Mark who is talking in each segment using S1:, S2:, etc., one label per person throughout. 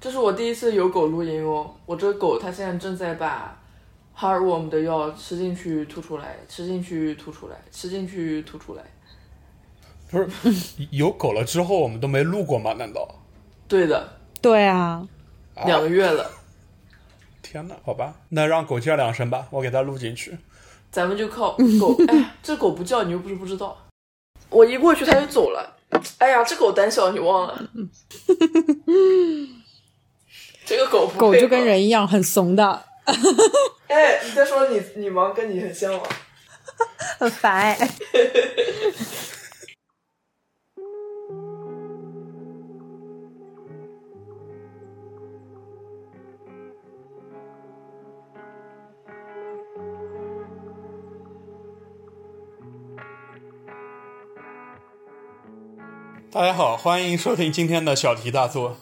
S1: 这是我第一次有狗录音哦。我这个狗它现在正在把 heartworm 的药吃进去吐出来，吃进去吐出来，吃进去吐出来。
S2: 不是 有狗了之后我们都没录过吗？难道？
S1: 对的，
S3: 对啊，
S2: 啊
S1: 两个月了，
S2: 天哪，好吧，那让狗叫两声吧，我给它录进去。
S1: 咱们就靠 狗。哎，这狗不叫你又不是不知道，我一过去它就走了。哎呀，这狗胆小，你忘了？ 这个狗不
S3: 狗
S1: 配
S3: 就跟
S1: 合
S3: 人一样很怂 的，
S1: 哎，你在说你你忙跟你很像吗？
S3: 很烦哎。
S2: 大家好，欢迎收听今天的小题大做。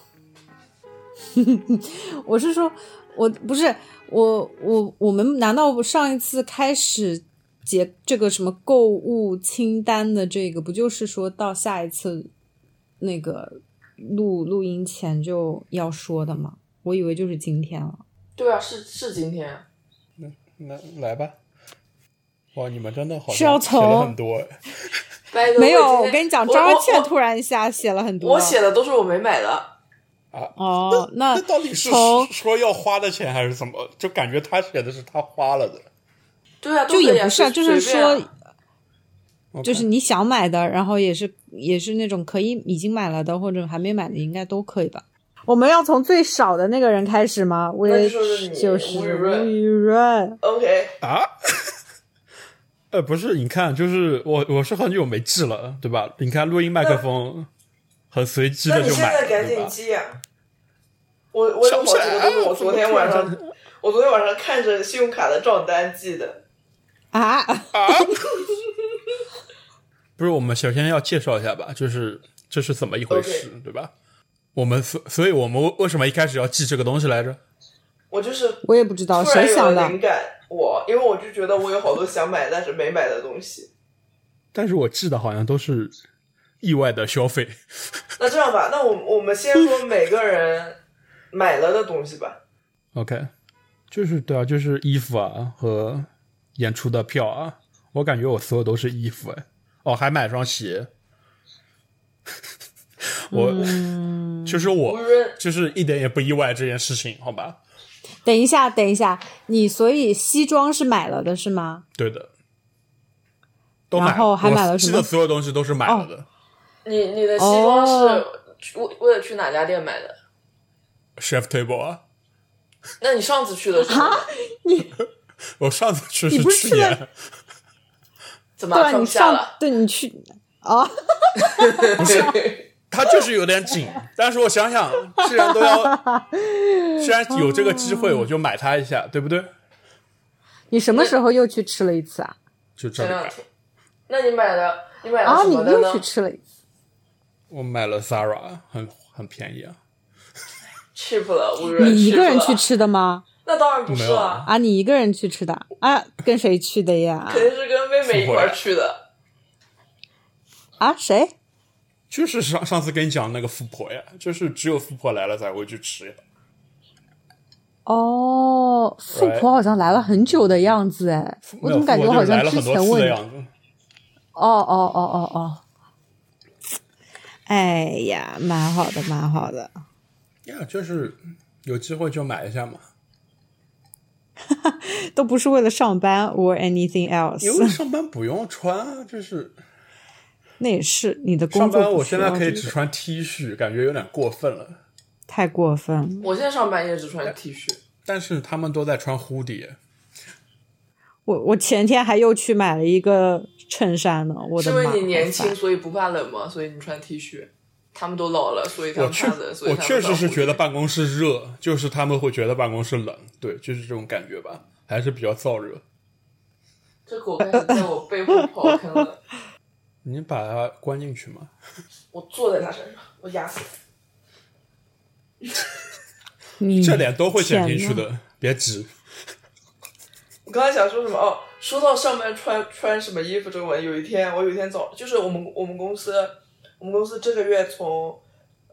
S3: 我是说，我不是我我我们难道上一次开始结这个什么购物清单的这个，不就是说到下一次那个录录音前就要说的吗？我以为就是今天了。
S1: 对啊，是是今天啊，
S2: 那来吧。哇，你们真的好
S3: 是要
S2: 像写
S3: 从
S2: 了很多哎。
S1: 拜托
S3: 没有，
S1: 我
S3: 我
S1: 今天
S3: 跟你讲，
S1: 我
S3: 张
S1: 我
S3: 倩
S1: 我
S3: 突然一下写了很多。
S1: 我写的都是我没买的，
S3: 哦，那
S2: 那到底是
S3: 从
S2: 说要花的钱还是怎么？就感觉他写的是他花了的。
S1: 对啊，
S3: 就
S1: 都可以
S3: 也
S1: 啊
S3: 不是啊，
S1: 随
S3: 就是
S1: 随便啊
S3: 说，就是你想买的，然后也是也是那种可以已经买了的，或者还没买的，应该都可以吧？我们要从最少的那个人开始吗？我
S1: 那就
S3: 也
S1: 说是你
S3: 就是
S1: 吴雨润
S3: 吴雨润，
S1: OK，
S2: 啊？呃，不是，你看，就是我，我是很久没记了，对吧？你看录音麦克风，很随机
S1: 那
S2: 的
S1: 你
S2: 就
S1: 现
S2: 买
S1: 在
S2: 了，
S1: 赶
S2: 对
S1: 紧
S2: 吧？
S1: 记啊！我我有好几个都是我昨天晚
S2: 想不
S1: 上，我昨天晚上看着信用卡的账单记的。
S3: 啊，
S2: 不是，我们首先要介绍一下吧，就是这是怎么一回事对吧？我们所，所以我们为什么一开始要记这个东西来着？
S1: 我就是突
S3: 我也不知道谁
S1: 然有
S3: 想
S1: 了
S3: 的
S1: 灵，感，我因为我就觉得我有好多想买但是没买的东西。
S2: 但是我记得好像都是意外的消费。
S1: 那这样吧，那我我们先说每个人买了的东西 吧。
S2: OK，就是对啊，就是衣服啊和演出的票啊，我感觉我所有都是衣服哎，哦，还买双鞋。 我、
S3: 嗯
S2: 就是
S1: 吴
S2: 我
S1: 雨，润
S2: 就是一点也不意外这件事情，好吧？
S3: 等一下，等一下，你所以西装是买了的是吗？
S2: 对的，都买了，
S3: 然后还买了
S2: 我
S3: 什
S2: 记
S3: 么
S2: 得所有东西都是买了的，
S1: 你你的西装是
S3: 哦
S1: 去为为了去哪家店买的？
S2: Chef Table 啊，
S1: 那你上次去的时候
S3: 啊
S2: 我上次去
S3: 你
S2: 是
S3: 不是
S2: 去
S3: 去了
S2: 年，
S1: 怎
S3: 对
S1: 么
S3: 啊，
S1: 穿
S3: 你
S1: 不下
S3: 上
S1: 了？
S3: 对你去哦，
S1: 不是，
S2: 它就是有点紧，但是我想想，既然都要， 既然有这个机会，
S3: 哦
S2: 我就买它一下，对不对？
S3: 你什么时候又去吃了一次啊？
S2: 就这
S1: 前
S2: 里
S1: 两
S2: 买。
S1: 天。那你买了你买了
S3: 啊，
S1: 什
S3: 你
S1: 么的
S3: 又去
S1: 呢
S3: 吃了一次。
S2: 我买了 Zara，很很便宜啊。
S1: ？cheap 了，无人
S3: 你一
S1: cheap
S3: 个人
S1: 了
S3: 去？吃的吗？
S1: 那当然不
S2: 没
S1: 是
S2: 有
S1: 了，
S3: 啊，你一个人去吃的啊？跟谁去的呀
S1: 肯？定是跟妹妹一块
S2: 啊不会
S1: 儿去的。
S3: 啊，谁？
S2: 就是上上次跟你讲那个富婆呀，就是只有富婆来了才会去吃呀。
S3: 哦，富婆好像来了很久的样子哎，我
S2: 没
S3: 怎
S2: 有
S3: 么感
S2: 哎富婆就是来
S3: 觉好像
S2: 了
S3: 之
S2: 很多
S3: 前
S2: 次
S3: 问
S2: 的
S3: 你？
S2: 样子。
S3: 哦哦哦哦哦。哎呀，蛮好的，蛮好的。
S2: 呀，就是有机会就买一下 嘛。
S3: 都不是为了上班 or anything
S2: 因为
S3: else，
S2: 上班不用穿啊，就是
S3: 那也是你的
S2: 上
S3: 工作不需要这
S2: 班我现在
S3: 个。
S2: 可以只穿 T 恤，感觉有点过分了。
S3: 太过分了。
S1: 我现在上班也只穿 T 恤，
S2: 但是他们都在穿 hoodie，
S3: 我我前天还又去买了一个衬衫呢，我
S1: 是
S3: 的
S1: 因
S3: 妈！
S1: 为你年
S3: 好
S1: 轻，
S3: 烦
S1: 所以不怕冷嘛，所以你穿 T 恤。他们都老了，所以他
S2: 我
S1: 们
S2: 确
S1: 怕冷，所以
S2: 我
S1: 他们
S2: 确实
S1: 穿
S2: 是
S1: 裤
S2: 觉得
S1: 子
S2: 办公室热，就是他们会觉得办公室冷，对，就是这种感觉吧，还是比较燥热。
S1: 这狗开始在我背后刨坑了，
S2: 你把它关进去吗？
S1: 我坐在它身上，我压死它。
S3: 你
S2: 这点都会剪进
S3: 天
S2: 去
S3: 呐
S2: 的，别急。
S1: 我刚才想说什么哦？说到上班穿穿什么衣服这个问题，有一天我有一天早就是我们我们公司我们公司这个月从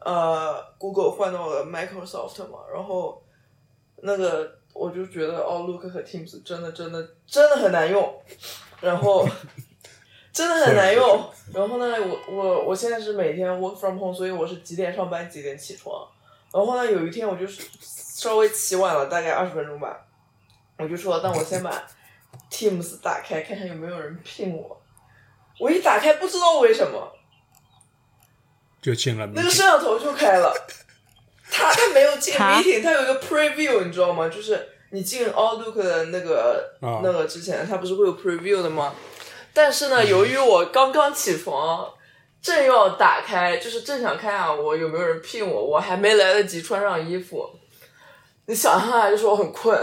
S1: 呃，Google 换到了 Microsoft 嘛，然后那个我就觉得 Outlook 和 Teams 真的真的真的很难用，然后真的很难用。 然后呢，我我我现在是每天 work from home，所以我是几点上班几点起床。然后呢，有一天我就是稍微起晚了大概二十分钟吧，我就说那我先把 Teams 打开看看有没有人聘我。我一打开，不知道为什么，
S2: 就进了
S1: 那个摄像头就开了，它它没有进
S3: 啊
S1: meeting，它有一个 preview，你知道吗？就是你进 Outlook 的那个、
S2: 啊
S1: 那个之前，它不是会有 preview 的吗？但是呢，由于我刚刚起床，正要打开，就是正想看啊，我有没有人聘我，我还没来得及穿上衣服。你想象啊，就是我很困，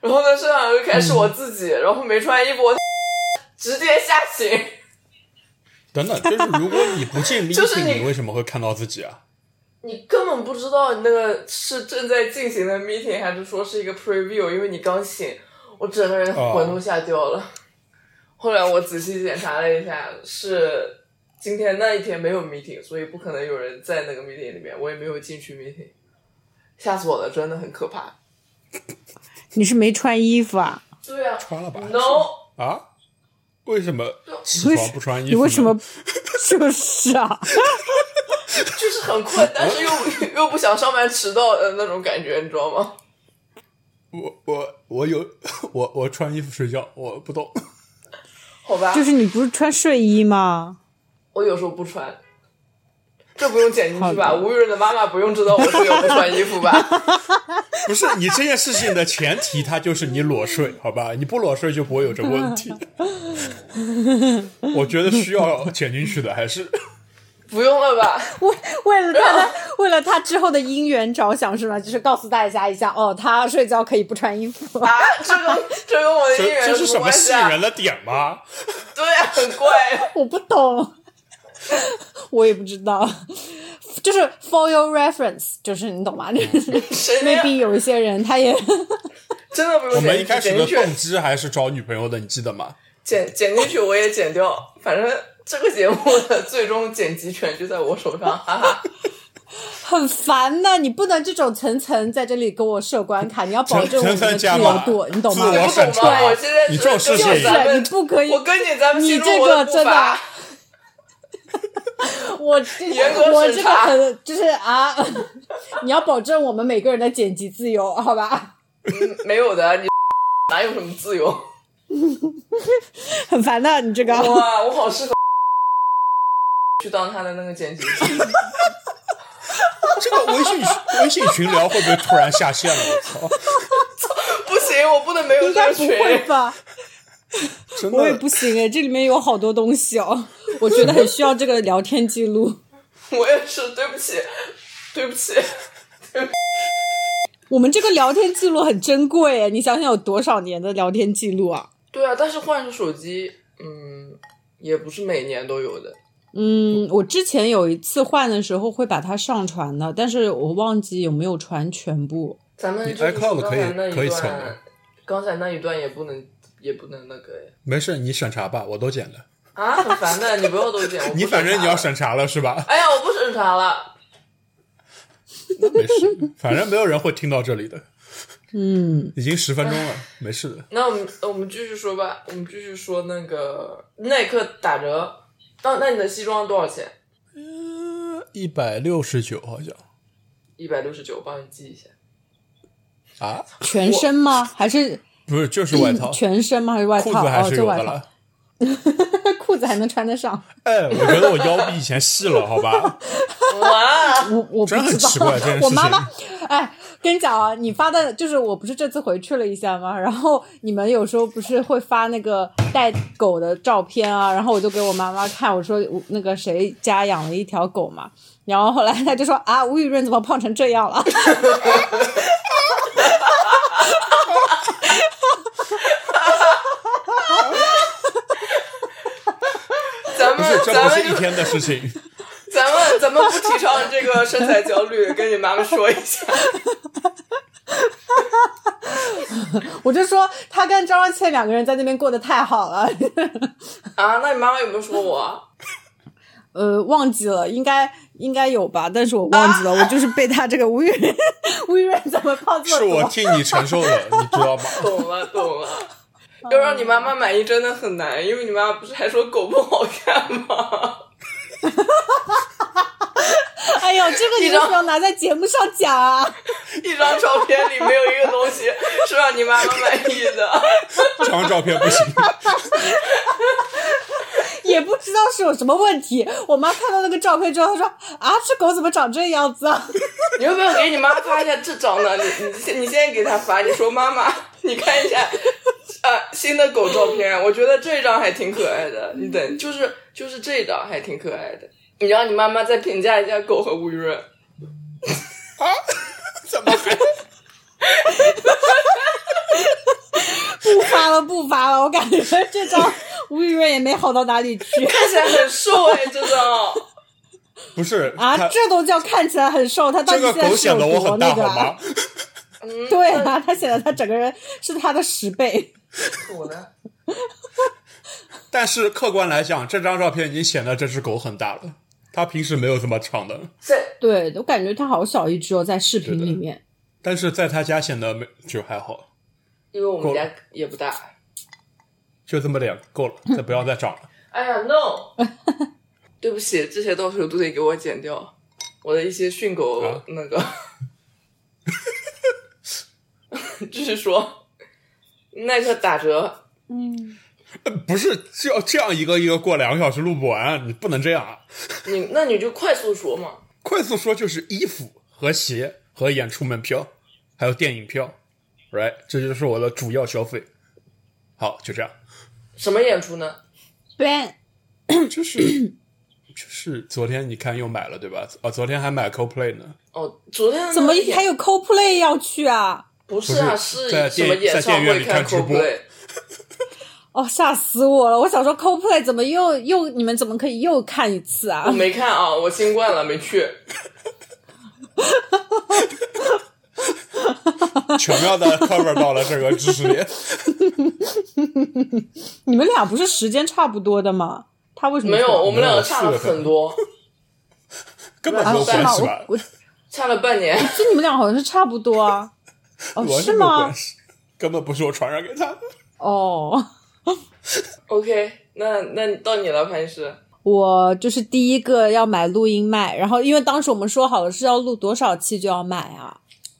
S1: 然后呢，摄像头就开始我自己，然后没穿衣服，我 直接下行。
S2: 等等，就是如果你不 进
S1: 就是你
S2: meeting，你为什么会看到自己啊？
S1: 你根本不知道你那个是正在进行的 meeting 还是说是一个 preview，因为你刚醒，我整个人魂都吓掉了。后来我仔细检查了一下，是今天那一天没有 meeting，所以不可能有人在那个 meeting 里面，我也没有进去 meeting，吓死我了，真的很可怕。
S3: 你是没穿衣服啊？
S1: 对啊
S2: 穿了吧
S1: ，no，
S2: 啊？为什么起
S3: 为
S2: 床
S3: 什
S2: 不穿衣服呢？
S3: 你为什么？ 就是啊，
S1: 就是很困，但是又又不想上班迟到的那种感觉，你知道吗？
S2: 我我我有 我我穿衣服睡觉，我不懂。
S1: 好吧，
S3: 就是你不是穿睡衣吗？
S1: 我有时候不穿，这不用剪进去吧？
S3: 好的
S1: 吴雨润的妈妈不用知道我室友不穿衣服吧？
S2: 不是你这件事情的前提，它就是你裸睡，好吧？你不裸睡就不会有这问题。我觉得需要剪进去的还是
S1: 不用了吧？
S3: 为 为了他的，为了他之后的姻缘着想是吗？就是告诉大家一下，哦，他睡觉可以不穿衣服。
S1: 啊，这跟这跟我的
S2: 这
S1: 姻缘
S2: 这是什么
S1: 关
S2: 吸
S1: 系
S2: 引
S1: 啊？
S2: 人的点吗？
S1: 对啊，很怪。
S3: 我不懂， 我也不知道。就是 for your reference，就是你懂吗？
S1: 谁
S3: maybe 有一些人他也
S1: 真的不
S2: 我
S1: 用
S2: 们
S1: 剪
S2: 一
S1: 进
S2: 开
S1: 去，
S2: 始
S1: 剪
S2: 的
S1: 进
S2: 动
S1: 去，
S2: 机还是找女朋友的，你记得吗？
S1: 剪剪进去我也剪掉。反正这个节目的最终剪辑权就在我手上，哈 哈。
S3: 很烦的。你不能这种层层在这里给我设关卡，你要保证
S2: 层
S3: 我们的
S2: 层
S3: 自
S2: 加
S3: 由
S2: 码，
S3: 度，你懂
S2: 自
S3: 吗
S2: 我？审
S1: 你不懂
S2: 查
S1: 吗我现在，
S2: 你这种事
S3: 就
S1: 就
S2: 情
S1: 是咱
S3: 是啊你
S1: 们
S3: 不可以，
S1: 我跟你咱们
S3: 哎你
S1: 进入
S3: 这
S1: 我
S3: 个
S1: 的步
S3: 真的
S1: 伐，，
S3: 我这
S1: 严格
S3: 我
S1: 审
S3: 这个
S1: 查
S3: 很就是啊， 你要保证我们每个人的剪辑自由，好吧？
S1: 嗯没有的，你 哪有什么自由？
S3: 很烦的，你这个。
S1: 哇，我好适合 去当他的那个剪辑师。
S2: 这个微信微信群聊会不会突然下线了？我操！
S1: 不行，我不能没有
S3: 应该
S1: 这个
S3: 不
S1: 群。
S3: 会吧？
S2: 真
S3: 我也
S2: 的
S3: 不行哎，这里面有好多东西哦，我觉得很需要这个聊天记录。
S1: 我也是，对不起，对不起。
S3: 我们这个聊天记录很珍贵哎，你想想有多少年的聊天记录啊？
S1: 对啊，但是换个手机，嗯，也不是每年都有的。
S3: 嗯，我之前有一次换的时候会把它上传的，但是我忘记有没有传全部。
S1: 咱们
S2: 你
S1: 就是
S2: iCloud
S1: 刚
S2: 可以
S1: 才那一
S2: 可以
S1: 段
S2: 存的
S1: 刚才那一段也不能，也不能那个哎
S2: 没事，你审查吧，我都剪了。
S1: 啊，很烦的，你不要都剪。我不
S2: 你反正你要
S1: 审
S2: 审查了是吧？
S1: 查了。哎呀，我不审查了。
S2: 那没事，反正没有人会听到这里的。
S3: 嗯，
S2: 已经十分钟了，没事的。
S1: 那我们我们继续说吧，我们继续说那个耐克打折。那、那你的西装多少钱？
S2: 一百六十九好像
S1: 一百六十九，我帮你记一下。
S2: 啊，
S3: 全身吗？还是
S2: 不是，就是外套，
S3: 全身吗？还是外
S2: 裤
S3: 套？
S2: 子还
S3: 哦，
S2: 是
S3: 就
S2: 有
S3: 外
S2: 的
S3: 套，
S2: 了。
S3: 裤子还能穿得上。
S2: 哎，我觉得我腰比以前细了，好吧？
S1: 哇，
S3: 我我不知
S2: 真
S3: 道，
S2: 的很奇怪这件事情
S3: 我妈妈，哎，跟你讲啊，你发的就是我不是这次回去了一下吗？然后你们有时候不是会发那个带狗的照片啊，然后我就给我妈妈看，我说我那个谁家养了一条狗嘛，然后后来她就说啊，吴雨润怎么胖成这样了？
S1: 咱
S2: 不
S1: 们
S2: 是，这
S1: 咱
S2: 不
S1: 们
S2: 是一
S1: 就
S2: 天的事情。
S1: 咱们咱们不提倡这个身材焦虑，跟你妈妈说一下。
S3: 我就说她跟张若倩两个人在那边过得太好了，
S1: 啊，那你妈妈有没有说我啊？
S3: 呃，忘记了，应该应该有吧，但是我忘 记了，我就是被他这个无语 无语怎么泡这么
S2: 是
S3: 多
S2: 我替你承受的， 你知道吗？
S1: 懂了懂了。要让你妈妈满意真的很难，因为你妈妈不是还说狗不好看吗？
S3: 哎呦，这个你
S1: 一
S3: 为
S1: 张
S3: 什么要拿在节目上讲 啊？
S1: 一张照片里没有一个东西是让你妈妈满意的。
S2: 这张照片不行，
S3: 也不知道是有什么问题。我妈看到那个照片之后，她说：“啊，这狗怎么长这样子啊
S1: 你要不要给你妈发一下这张呢？你你现你现在给她发，你说妈 妈，你看一下，呃，新的狗照片，我觉得这张还挺可爱的。你等，就是就是这张还挺可爱的。你让你妈妈再评价一下狗和吴雨润，
S2: 怎么还？？”
S3: 不发了，不发了。我感觉这 张吴雨润也没好到哪里去
S1: 看起来很瘦哎，这张。
S2: 不是
S3: 啊！
S2: 他
S3: 这都叫看起来很瘦，他到
S2: 这
S3: 底
S2: 个
S3: 现在
S2: 狗
S3: 是
S2: 显
S3: 有
S2: 得我
S3: 多
S2: 很大
S3: 那个
S2: 好
S3: 啊
S2: 吗？？
S1: 嗯，
S3: 对啊，他显得他整个人是他的十倍。
S1: 土呢？
S2: 但是客观来讲，这张照片已经显得这只狗很大了。它平时没有这么长的，
S1: 在
S3: 对，我感觉他好小一只哦，在视频里面。
S2: 但是在它家显得没就还好，
S1: 因为我们
S2: 狗
S1: 家也不大。
S2: 就这么点够了，再不要再长了。
S1: 哎呀，no！对不起，这些到时候都得给我剪掉，我的一些训狗、
S2: 啊
S1: 那个。继续说，耐克打折，
S3: 嗯，
S2: 不是，就这样一个一个过，两个小时录不完，你不能这样啊！
S1: 你那你就快速说嘛。
S2: 快速说就是衣服和鞋和演出门票，还有电影票，right？这就是我的主要消费。好，就这样，
S1: 什么演出呢？
S3: 对，
S2: 就是就是昨天你看又买了对吧？啊，昨天还买 CoPlay 呢，
S1: 哦，昨天
S3: 怎么
S1: 演
S3: 还有 CoPlay 要去啊？
S1: 不是啊？
S2: 不是在
S1: 什么演
S2: 电在
S1: 唱
S2: 电
S1: 会
S2: 影院里看直播
S1: Coldplay？
S3: 哦，吓死我了！我想说 CoPlay 怎么又又你们怎么可以又看一次啊
S1: 我？没看啊，我新冠了没去。
S2: 巧妙的 cover 到了这个知识 点。
S3: 你们俩不是时间差不多的吗？他为什么
S1: 没有，
S3: 说
S1: 我们两个差了
S2: 我们有四个
S1: 很多，
S2: 根本没
S3: 啊？
S2: 有
S3: 是
S2: 关
S3: 吗？
S2: 系吧
S3: 我？我
S1: 差了半年。
S3: 就你们俩好像是差不多啊？哦，
S2: 完
S3: 是
S2: 全没有关
S3: 吗？
S2: 系，根本不是我传染给他的。
S3: 哦，
S1: OK，那那到你了，潘医师。
S3: 我就是第一个要买录音麦，然后因为当时我们说好了是要录多少期就要买啊。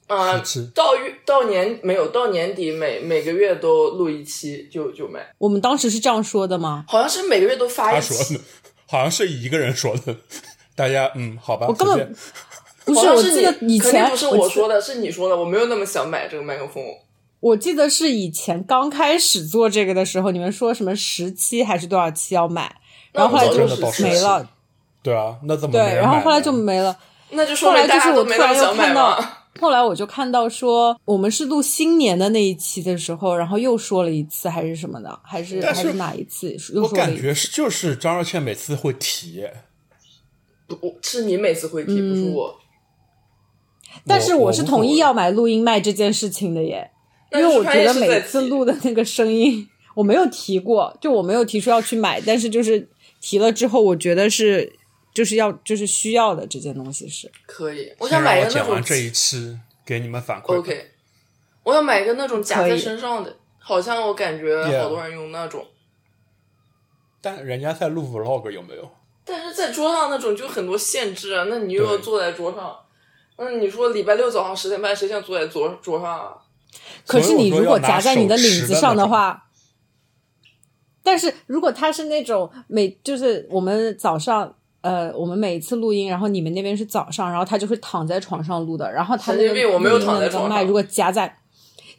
S1: 啊、
S2: 是是
S1: 到月到年没有到年底每每个月都录一期就就卖，
S3: 我们当时是这样说的吗？
S1: 好像是每个月都发
S2: 他
S1: 一
S2: 说
S1: 期，
S2: 的，好像是一个人说的。 大家嗯，好吧，
S3: 我根本
S2: 随便
S3: 不
S1: 啊好
S3: 是，
S1: 像
S3: 我
S1: 是啊
S3: 记
S1: 你
S3: 得以
S1: 肯定
S3: 前啊
S1: 不是我
S3: 记
S1: 说的，是你说的，我没有那么想买这个麦克风，
S3: 我记得是以前刚开始做这个的时候，你们说什么十期还是多少期要买，
S1: 那
S3: 然后后来
S1: 我
S3: 就
S1: 真的倒是
S3: 没了，
S2: 对啊，那怎么没
S3: 对，
S2: 人
S3: 然后
S2: 买
S3: 后来
S2: 呢
S3: 就没了。
S1: 那就说
S3: 后
S1: 明
S3: 来
S1: 大
S3: 就是
S1: 家都
S3: 我
S1: 没
S3: 突
S1: 那
S3: 然
S1: 么
S3: 又
S1: 想买
S3: 看到
S1: 嘛。，
S3: 后来我就看到说，我们是录新年的那一期的时候，然后又说了一次还是什么的，还是
S2: 但
S3: 还
S2: 是
S3: 是哪一次又
S2: 我
S3: 说了
S2: 感
S3: 一次。
S2: 觉是就是张若倩每次会提，
S1: 不我是你每次会提，
S3: 嗯
S1: 不是我。
S3: 但是
S2: 我
S3: 是同意，要买录音麦这件事情的耶，因
S1: 但
S3: 为
S1: 是
S3: 我
S1: 他
S3: 觉
S1: 也
S3: 得
S1: 是在
S3: 每次
S1: 提
S3: 录的那个声音，我没有提过，就我没有提出要去买，但是就是提了之后，我觉得是就是要就是需要的这件东西是。
S1: 可以，
S2: 我
S1: 我想买一
S2: 我
S1: 个那
S2: 讲完这
S1: 种
S2: 一期给你们反馈。
S1: OK，我想买一个那种夹
S3: 可
S1: 在
S3: 以
S1: 身上的，好像我感觉
S2: Yeah
S1: 好多人用那种
S2: 但人家在录 vlog 有没有？
S1: 但是在桌上那种就很多限制啊，那你又要
S2: 对
S1: 坐在桌上，那你说礼拜六早上十点半谁想坐在桌桌上啊？
S3: 可是
S2: 所以
S3: 你
S2: 我说
S3: 如果
S2: 要拿
S3: 夹在你的领子
S2: 手
S3: 上
S2: 持的那
S3: 的
S2: 种
S3: 话，但是如果它是那种每就是我们早上呃我们每一次录音，然后你们那边是早上，然后他就会躺在床上录的，然后他
S1: 神经
S3: 那个
S1: 病我没有
S3: 录音
S1: 躺在
S3: 的那个
S1: 床
S3: 麦
S1: 上
S3: 如果夹在。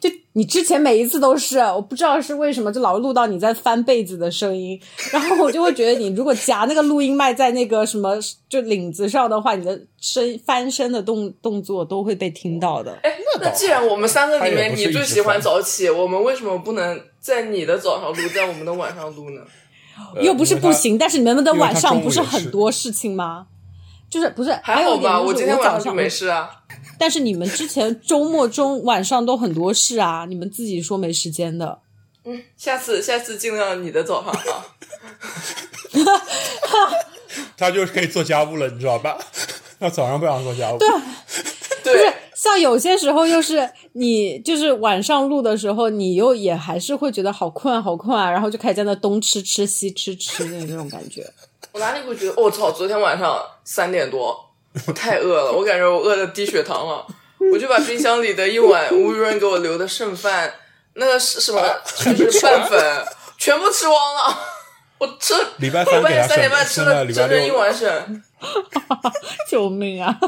S3: 就你之前每一次都是，我不知道是为什么，就老录到你在翻被子的声音，然后我就会觉得你如果夹那个录音麦在那个什么就领子上的话，你的身翻身的动动作都会被听到的。
S1: 哎，
S2: 倒
S1: 那既然我们三个里
S2: 他也
S1: 面
S2: 不是
S1: 你
S2: 一
S1: 最
S2: 直
S1: 喜欢
S2: 翻
S1: 早起，我们为什么不能在你的早上录，在我们的晚上录呢？
S2: 呃
S3: 又不是
S2: 因为他
S3: 不行，但是你们的晚上不是
S2: 因为他中午也是
S3: 很多事情吗？就是不是
S1: 还
S3: 有
S1: 好
S3: 一点
S1: 吧，
S3: 就是
S1: 今天晚
S3: 早
S1: 就
S3: 上
S1: 没，事啊。
S3: 但是你们之前周末中晚上都很多事啊，你们自己说没时间的。
S1: 嗯，下次下次尽量你的早上 啊。
S2: 他就是可以做家务了，你知道吧？ 那早上不想做家务，
S3: 啊
S1: 对，
S3: 像有些时候，又是你就是晚上录的时候，你又也还是会觉得好困啊好困啊，然后就开始在那东吃吃西吃吃的那种感觉。
S1: 我哪里会觉得？我、操！昨天晚上三点多，我太饿了，我感觉我饿的低血糖了，我就把冰箱里的一碗吴主任给我留的剩饭，那个是什么，
S3: 啊
S1: 就是拌粉，全部吃光了。我吃
S2: 礼拜 三
S1: 我半
S2: 给
S1: 夜
S2: 他
S1: 三点半
S2: 省，
S1: 吃
S2: 现在
S1: 了
S2: 礼
S1: 整
S2: 拜
S1: 整一
S2: 六
S1: 碗省，
S3: 救命啊！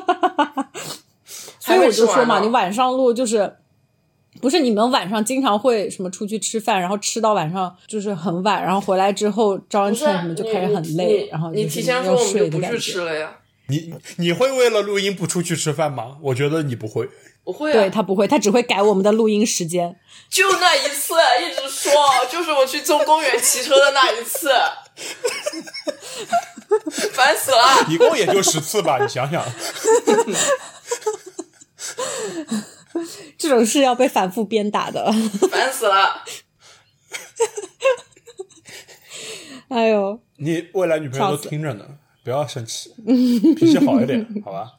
S3: 所
S1: 还
S3: 以
S1: 没
S3: 我就
S1: 吃完
S3: 说嘛，
S1: 呢
S3: 你晚上录就是。不是你们晚上经常会什么出去吃饭，然后吃到晚上就是很晚，然后回来之后招人
S1: 不
S3: 气
S1: 是啊
S3: 什么
S1: 你
S3: 就开始很
S1: 你
S3: 累，
S1: 你
S3: 然后
S1: 你
S3: 就是
S1: 提前说
S3: 要
S1: 我们
S3: 睡
S1: 就
S3: 的
S1: 不
S3: 感
S1: 去
S3: 觉。
S1: 吃了呀？
S2: 你你会为了录音不出去吃饭吗？我觉得你不会。
S1: 我会
S3: 对
S1: 啊，
S3: 他不会，他只会改我们的录音时间。
S1: 就那一次，啊一直说，就是我去中公园骑车的那一次， 烦死了。啊
S2: 一共也就十次吧，你想想，
S3: 这种事要被反复鞭打的。
S1: 烦死了！
S3: 哎呦，
S2: 你未来女朋友都
S3: 笑死
S2: 听着呢，不要生气，脾气好一点，好 吧？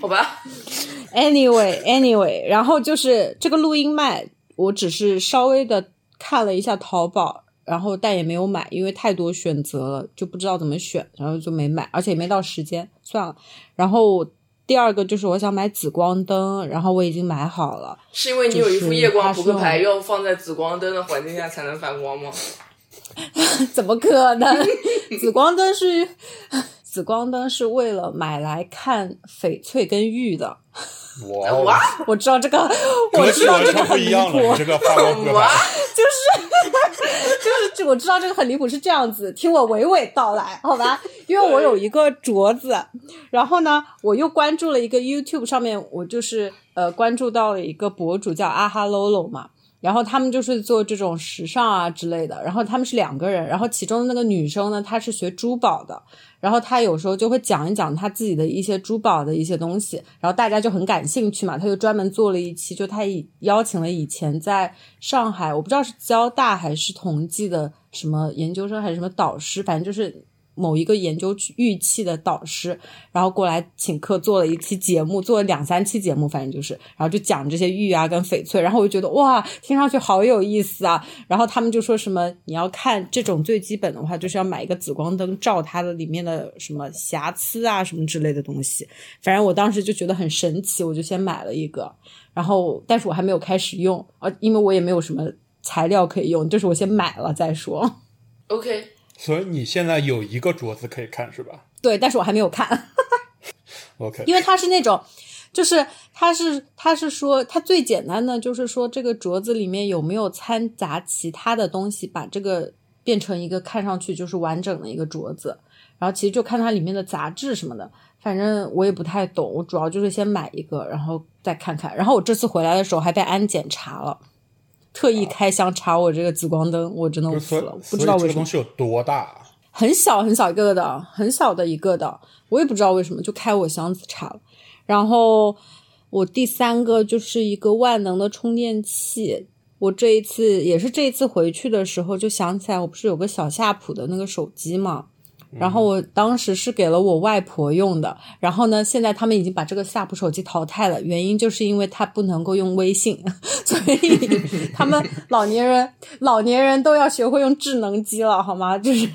S1: 好吧，
S3: Anyway, anyway，然后就是这个录音麦，我只是稍微的看了一下淘宝，然后但也没有买，因为太多选择了，就不知道怎么选，然后就没买，而且也没到时间，算了。然后第二个就是我想买紫光灯，然后我已经买好了，
S1: 是因为你有一副夜光扑克牌
S3: 就是
S1: 要放在紫光灯的环境下才能反光吗？
S3: 怎么可能？紫光灯是紫光灯是为了买来看翡翠跟玉的，
S2: 哇哦，
S1: 哇
S3: 我知道这个，我
S2: 格
S3: 知
S2: 局
S3: 道
S2: 完
S3: 这个
S2: 全不
S3: 很
S2: 一
S3: 离
S2: 样
S3: 谱
S2: 了，你。这个发光哥
S1: 哇
S2: 吧，！
S3: 就是这我知道这个很离谱，是这样子，听我娓娓道来，好吧？因为我有一个镯子，然后呢，我又关注了一个 YouTube 上面，我就是呃关注到了一个博主叫阿哈 Lolo 嘛，然后他们就是做这种时尚啊之类的，然后他们是两个人，然后其中的那个女生呢，她是学珠宝的，然后她有时候就会讲一讲她自己的一些珠宝的一些东西，然后大家就很感兴趣嘛，她就专门做了一期，就她以邀请了以前在上海，我不知道是交大还是同济的什么研究生还是什么导师，反正就是某一个研究玉器的导师，然后过来请客做了一期节目，做了两三期节目，反正就是，然后就讲这些玉啊跟翡翠，然后我就觉得哇，听上去好有意思啊。然后他们就说什么你要看这种最基本的话，就是要买一个紫光灯照它的里面的什么瑕疵啊什么之类的东西。反正我当时就觉得很神奇，我就先买了一个，然后但是我还没有开始用，呃，因为我也没有什么材料可以用，就是我先买了再说。
S1: OK，
S2: 所以你现在有一个镯子可以看是吧
S3: 对，但是我还没有看。
S2: ？OK，
S3: 因为它是那种，就是它是它是说它最简单的就是说这个镯子里面有没有掺杂其他的东西，把这个变成一个看上去就是完整的一个镯子，然后其实就看它里面的杂质什么的。反正我也不太懂，我主要就是先买一个，然后再看看。然后我这次回来的时候还被安检查了，特意开箱查我这个紫光灯，我真的
S2: 哦就
S3: 我
S2: 是所以
S3: 服了，不
S2: 所以
S3: 知道
S2: 这
S3: 为
S2: 个
S3: 什么
S2: 东。西有多大？
S3: 很小很小一个的，很小的一个的，我也不知道为什么就开我箱子查了。然后我第三个就是一个万能的充电器，我这一次也是这一次回去的时候就想起来，我不是有个小夏普的那个手机嘛。然后我当时是给了我外婆用的，然后呢，现在他们已经把这个夏普手机淘汰了，原因就是因为它不能够用微信，所以他们老年人老年人都要学会用智能机了，好吗？就是，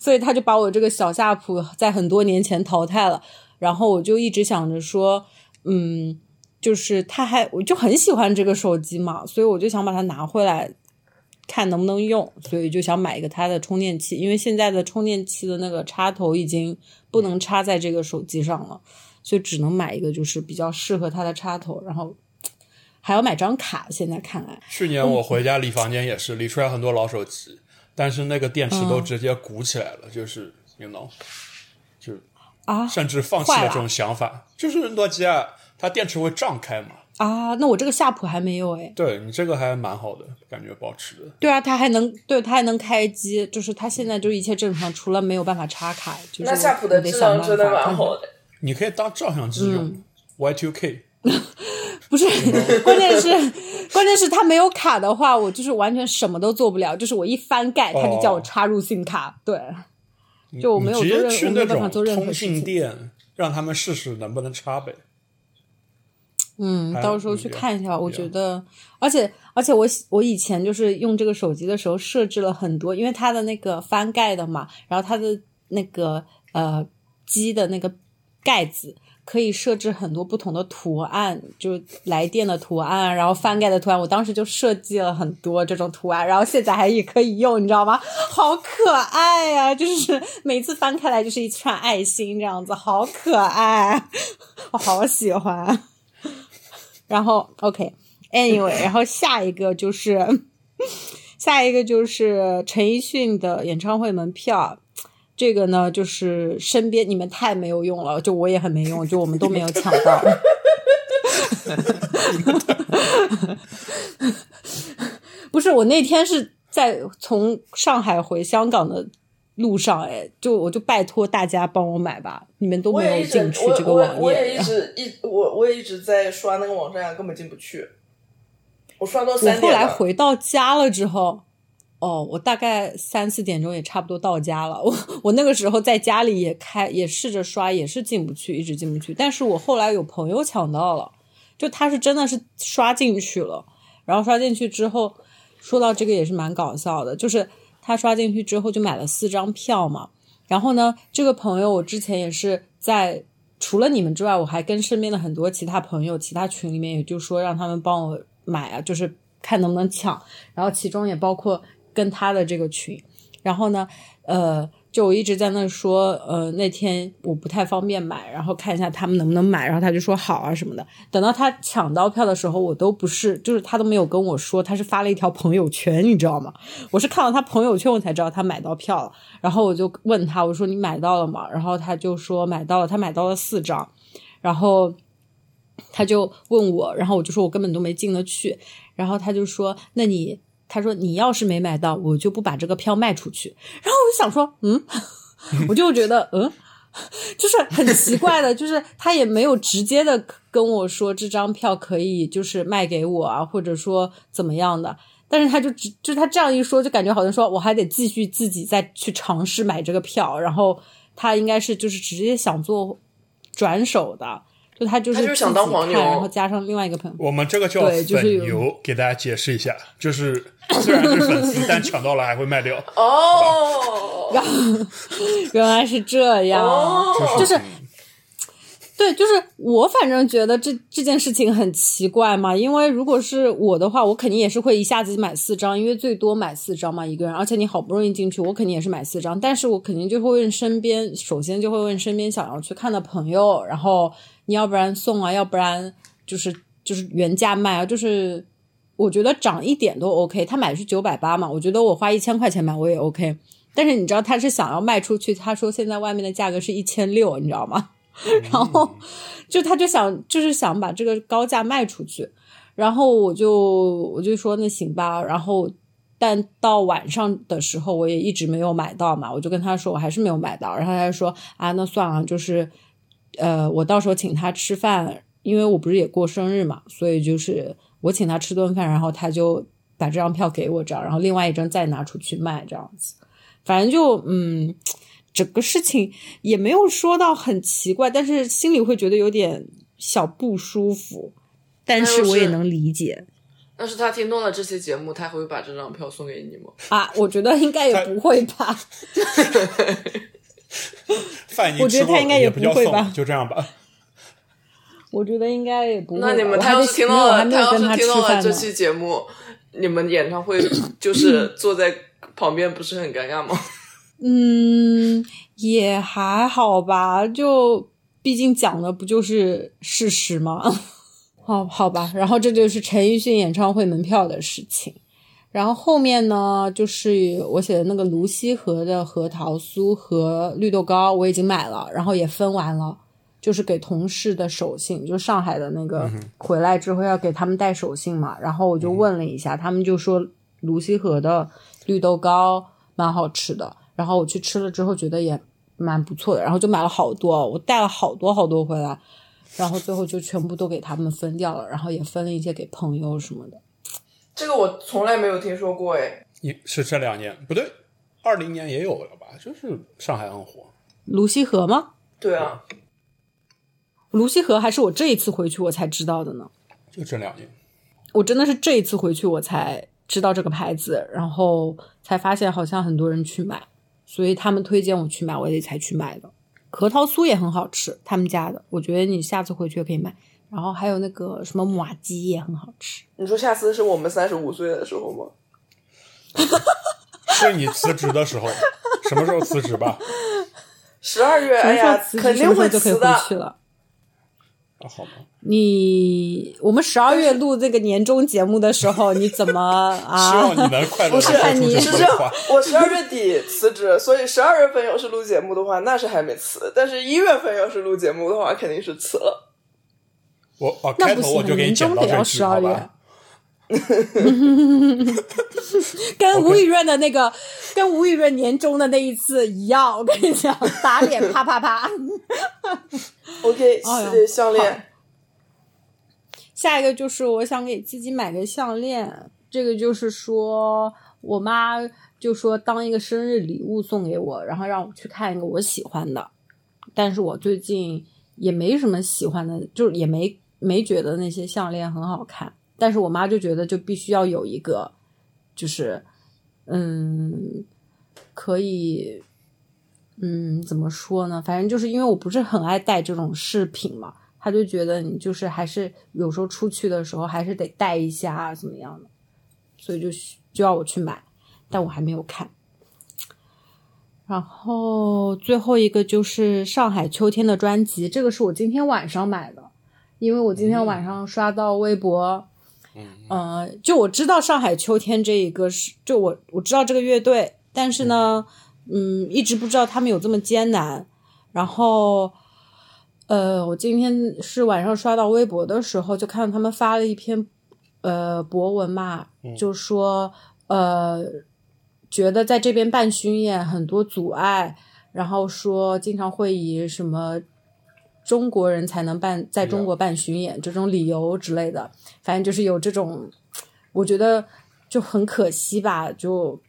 S3: 所以他就把我这个小夏普在很多年前淘汰了，然后我就一直想着说，嗯，就是他还嗯我就很喜欢这个手机嘛，所以我就想把它拿回来看能不能用，所以就想买一个它的充电器，因为现在的充电器的那个插头已经不能插在这个手机上了，所以只能买一个就是比较适合它的插头，然后还要买张卡。现在看来，
S2: 去年我回家理房间也是理出来很多老手机，但是那个电池
S3: 嗯
S2: 都直接鼓起来了，就是 you know，就是
S3: 啊
S2: 甚至放弃
S3: 坏
S2: 了
S3: 了
S2: 这种想法。就是诺基亚它电池会胀开嘛，
S3: 啊，那我这个夏普还没有哎。
S2: 对你这个还蛮好的，感觉保持的。
S3: 对啊，它还能对它还能开机，就是它现在就一切正常，除了没有办法插卡。就是
S1: 那夏普的
S3: 你得
S1: 质
S3: 想
S1: 量
S3: 办
S1: 真的
S3: 法
S1: 蛮
S3: 看
S1: 好的，
S2: 你可以当照相机用、y
S3: 嗯
S2: two k
S3: 不是，关键是关键是它没有卡的话，我就是完全什么都做不了。就是我一翻盖，它就叫我插入信卡。对，就我没有
S2: 你
S3: 做
S2: 直
S3: 任，
S2: 接去
S3: 我没
S2: 那
S3: 有办法
S2: 种
S3: 做任何
S2: 通
S3: 事
S2: 信
S3: 情。
S2: 店，让他们试试能不能插呗。
S3: 嗯，
S2: 还
S3: 到时候
S2: 嗯
S3: 去
S2: 也
S3: 看一下，我
S2: 也
S3: 觉得，而且而且我喜我以前就是用这个手机的时候设置了很多，因为它的那个翻盖的嘛，然后它的那个呃机的那个盖子可以设置很多不同的图案，就来电的图案，然后翻盖的图案，我当时就设计了很多这种图案，然后现在还也可以用，你知道吗？好可爱呀、就是每次翻开来就是一串爱心这样子，好可爱，啊 我好喜欢。啊然后 OK，Anyway，、然后下一个就是 下一个就是陈奕迅的演唱会门票。这个呢，就是身边你们太没有用了，就我也很没用，就我们都没有抢到。 不是，我那天是在从上海回香港的路上，哎，就我就拜托大家帮我买吧，你们都
S1: 我
S3: 没
S1: 也
S3: 有
S1: 一直
S3: 进去
S1: 我
S3: 这个
S1: 我
S3: 网页。
S1: 我也一 直一我我也一直在刷那个网站，根本进不去。我刷到
S3: 我
S1: 三
S3: 后
S1: 点
S3: 来
S1: 了，
S3: 回到家了之后，哦，我大概三四点钟也差不多到家了。我我那个时候在家里也开也试着刷，也是进不去，一直进不去。但是我后来有朋友抢到了，就他是真的是刷进去了，然后刷进去之后，说到这个也是蛮搞笑的，就是他刷进去之后就买了四张票嘛。然后呢，这个朋友我之前也是在除了你们之外，我还跟身边的很多其他朋友、其他群里面，也就说让他们帮我买啊，就是看能不能抢。然后其中也包括跟他的这个群。然后呢，呃，就我一直在那说，呃，那天我不太方便买，然后看一下他们能不能买。然后他就说好啊什么的。等到他抢到票的时候，我都不是，就是他都没有跟我说，他是发了一条朋友圈，你知道吗？我是看到他朋友圈，我才知道他买到票了。然后我就问他，我说你买到了吗？然后他就说买到了，他买到了四张，然后他就问我，然后我就说我根本都没进得去，然后他就说那你，他说你要是没买到，我就不把这个票卖出去。然后我就想说，嗯， 我就觉得嗯。就是很奇怪的，就是他也没有直接的跟我说这张票可以就是卖给我啊，或者说怎么样的，但是他就只就是他这样一说，就感觉好像说我还得继续自己再去尝试买这个票，然后他应该是就是直接想做转手的，就他就是
S1: 他就是想当
S3: 自己
S1: 黄
S3: 看
S1: 牛
S3: 然后加上另外一个朋友，
S2: 我们这个叫
S3: 对就是
S2: 粉
S3: 有
S2: 牛，给大家解释一下，就是 虽然是粉丝，但抢到了还会卖掉。
S1: 哦，
S3: 原来是这样，
S1: 哦
S3: 就是对，就是我反正觉得这这件事情很奇怪嘛，因为如果是我的话，我肯定也是会一下子买四张，因为最多买四张嘛一个人，而且你好不容易进去，我肯定也是买四张，但是我肯定就会问身边，首先就会问身边想要去看的朋友，然后你要不然送啊，要不然就是就是原价卖啊，就是我觉得涨一点都 OK，他买是九百八嘛，我觉得我花一千块钱买我也 OK，但是你知道他是想要卖出去，他说现在外面的价格是一千六，你知道吗？然后 就他就想就是想把这个高价卖出去，然后我就我就说那行吧，然后但到晚上的时候我也一直没有买到嘛，我就跟他说我还是没有买到，然后他就说啊那算了，就是呃我到时候请他吃饭，因为我不是也过生日嘛，所以就是我请他吃顿饭，然后他就把这张票给我这样，然后另外一张再拿出去卖这样子。反正就嗯，整个事情也没有说到很奇怪，但是心里会觉得有点小不舒服，但是我也能理 解
S1: 要是他听懂了这期节目，他会把这张票送给你吗？
S3: 啊。我觉得应该也不会吧，
S2: 饭已
S3: 我
S2: 经吃
S3: 觉得
S2: 过
S3: 他
S2: 了，
S3: 应该
S2: 也
S3: 也
S2: 不
S3: 不
S2: 叫
S3: 会
S2: 送
S3: 吧
S2: 了，就这样吧。
S3: 我觉得应该也不会吧。
S1: 那你们
S3: 我
S1: 他
S3: 还
S1: 要
S3: 没
S1: 是听
S3: 没
S1: 到
S3: 有我
S1: 了，
S3: 还没有
S1: 要
S3: 跟
S1: 是
S3: 吃
S1: 听到了
S3: 饭
S1: 这
S3: 呢。
S1: 期节目，你们演唱会就是坐在旁边，不是很尴尬吗？
S3: 嗯，也还好吧，就毕竟讲的不就是事实吗？ 好好吧，然后这就是陈奕迅演唱会门票的事情。然后后面呢，就是我写的那个泸溪河的核桃酥和绿豆糕，我已经买了，然后也分完了，就是给同事的手信，就上海的那个回来之后要给他们带手信嘛。然后我就问了一下，他们就说泸溪河的绿豆糕蛮好吃的，然后我去吃了之后觉得也蛮不错的，然后就买了好多，我带了好多好多回来，然后最后就全部都给他们分掉了，然后也分了一些给朋友什么的。
S1: 这个我从来没有听说过，哎，
S2: 你是这两年不对，二零年也有了吧？就是上海很火，
S3: 卢溪河吗？
S1: 对啊，
S3: 卢溪河还是我这一次回去我才知道的呢。
S2: 就这两 年。
S3: 我真的是这一次回去我才知道这个牌子，然后才发现好像很多人去买，所以他们推荐我去买，我也才去买的。核桃酥也很好吃，他们家的，我觉得你下次回去也可以买。然后还有那个什么马鸡也很好吃，
S1: 你说下次是我们三十五岁的时候吗？
S2: 是你辞职的时候，什么时候辞职吧？
S1: 十二月，
S3: 什么
S1: 哎
S3: 时候
S1: 呀，
S3: 辞职、
S1: 肯
S3: 什
S1: 定
S3: 么时
S1: 会
S3: 候就可以
S1: 辞
S3: 回
S1: 的。
S3: 去了。
S2: 啊，好吗？
S3: 你我们十二月录这个年终节目的时候，你怎么
S2: 希望
S3: 啊？
S2: 你能快乐
S1: 不
S2: 的
S1: 是哎
S2: 说出
S3: 你
S2: 这
S1: 是这
S2: 种
S1: 样
S2: 话。，
S1: 我十二月底辞职，所以十二月份要是录节目的话，那是还没辞；但是一月份要是录节目的话，肯定是辞了。
S2: 我哦，
S3: 那
S2: 开
S3: 不
S2: 头
S3: 行
S2: 我就给你
S3: 年
S2: 剪
S3: 终
S2: 到
S3: 得
S2: 这
S3: 要
S2: 句，
S3: 十二
S2: 好
S3: 月
S2: 吧？。
S3: 跟吴雨润的那个，跟吴雨润年终的那一次一样，我跟你讲，打脸啪啪啪。
S1: OK，
S3: 哎呀
S1: 系列项链，
S3: 下一个就是我想给自己买个项链，这个就是说我妈就说当一个生日礼物送给我，然后让我去看一个我喜欢的，但是我最近也没什么喜欢的，就是也没没觉得那些项链很好看，但是我妈就觉得就必须要有一个，就是嗯，可以。嗯，怎么说呢？反正就是因为我不是很爱戴这种饰品嘛，他就觉得你就是还是有时候出去的时候还是得带一下啊，怎么样的，所以就需就要我去买，但我还没有看。然后最后一个就是上海秋天的专辑，这个是我今天晚上买的，因为我今天晚上刷到微博，
S2: 嗯，
S3: 呃，就我知道上海秋天这一个是，就我我知道这个乐队，但是呢，嗯，一直不知道他们有这么艰难。然后，呃，我今天是晚上刷到微博的时候，就看到他们发了一篇呃博文嘛，就说呃，觉得在这边办巡演很多阻碍，然后说经常会以什么中国人才能办在中国办巡演这种理由之类的，反正就是有这种，我觉得就很可惜吧，就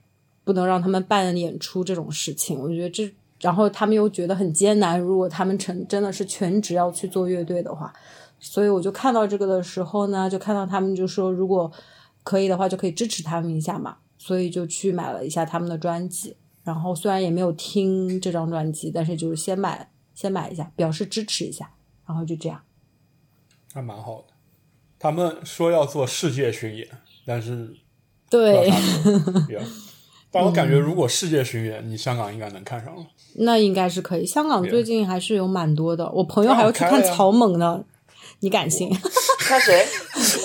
S3: 不能让他们办演出这种事情。我觉得这，然后他们又觉得很艰难，如果他们成真的是全职要去做乐队的话，所以我就看到这个的时候呢，就看到他们就说如果可以的话，就可以支持他们一下嘛，所以就去买了一下他们的专辑。然后虽然也没有听这张专辑，但是就是先买先买一下，表示支持一下，然后就这样。
S2: 还蛮好的。他们说要做世界巡演，但是不知道
S3: 对嗯
S2: 啥，时候 Yeah 但我感觉如果世界巡演，你香港应该能看 上了。
S3: 那应该是可以。香港最近还是有蛮多的，我朋友还要去看草蜢呢，你敢信？
S1: 看谁？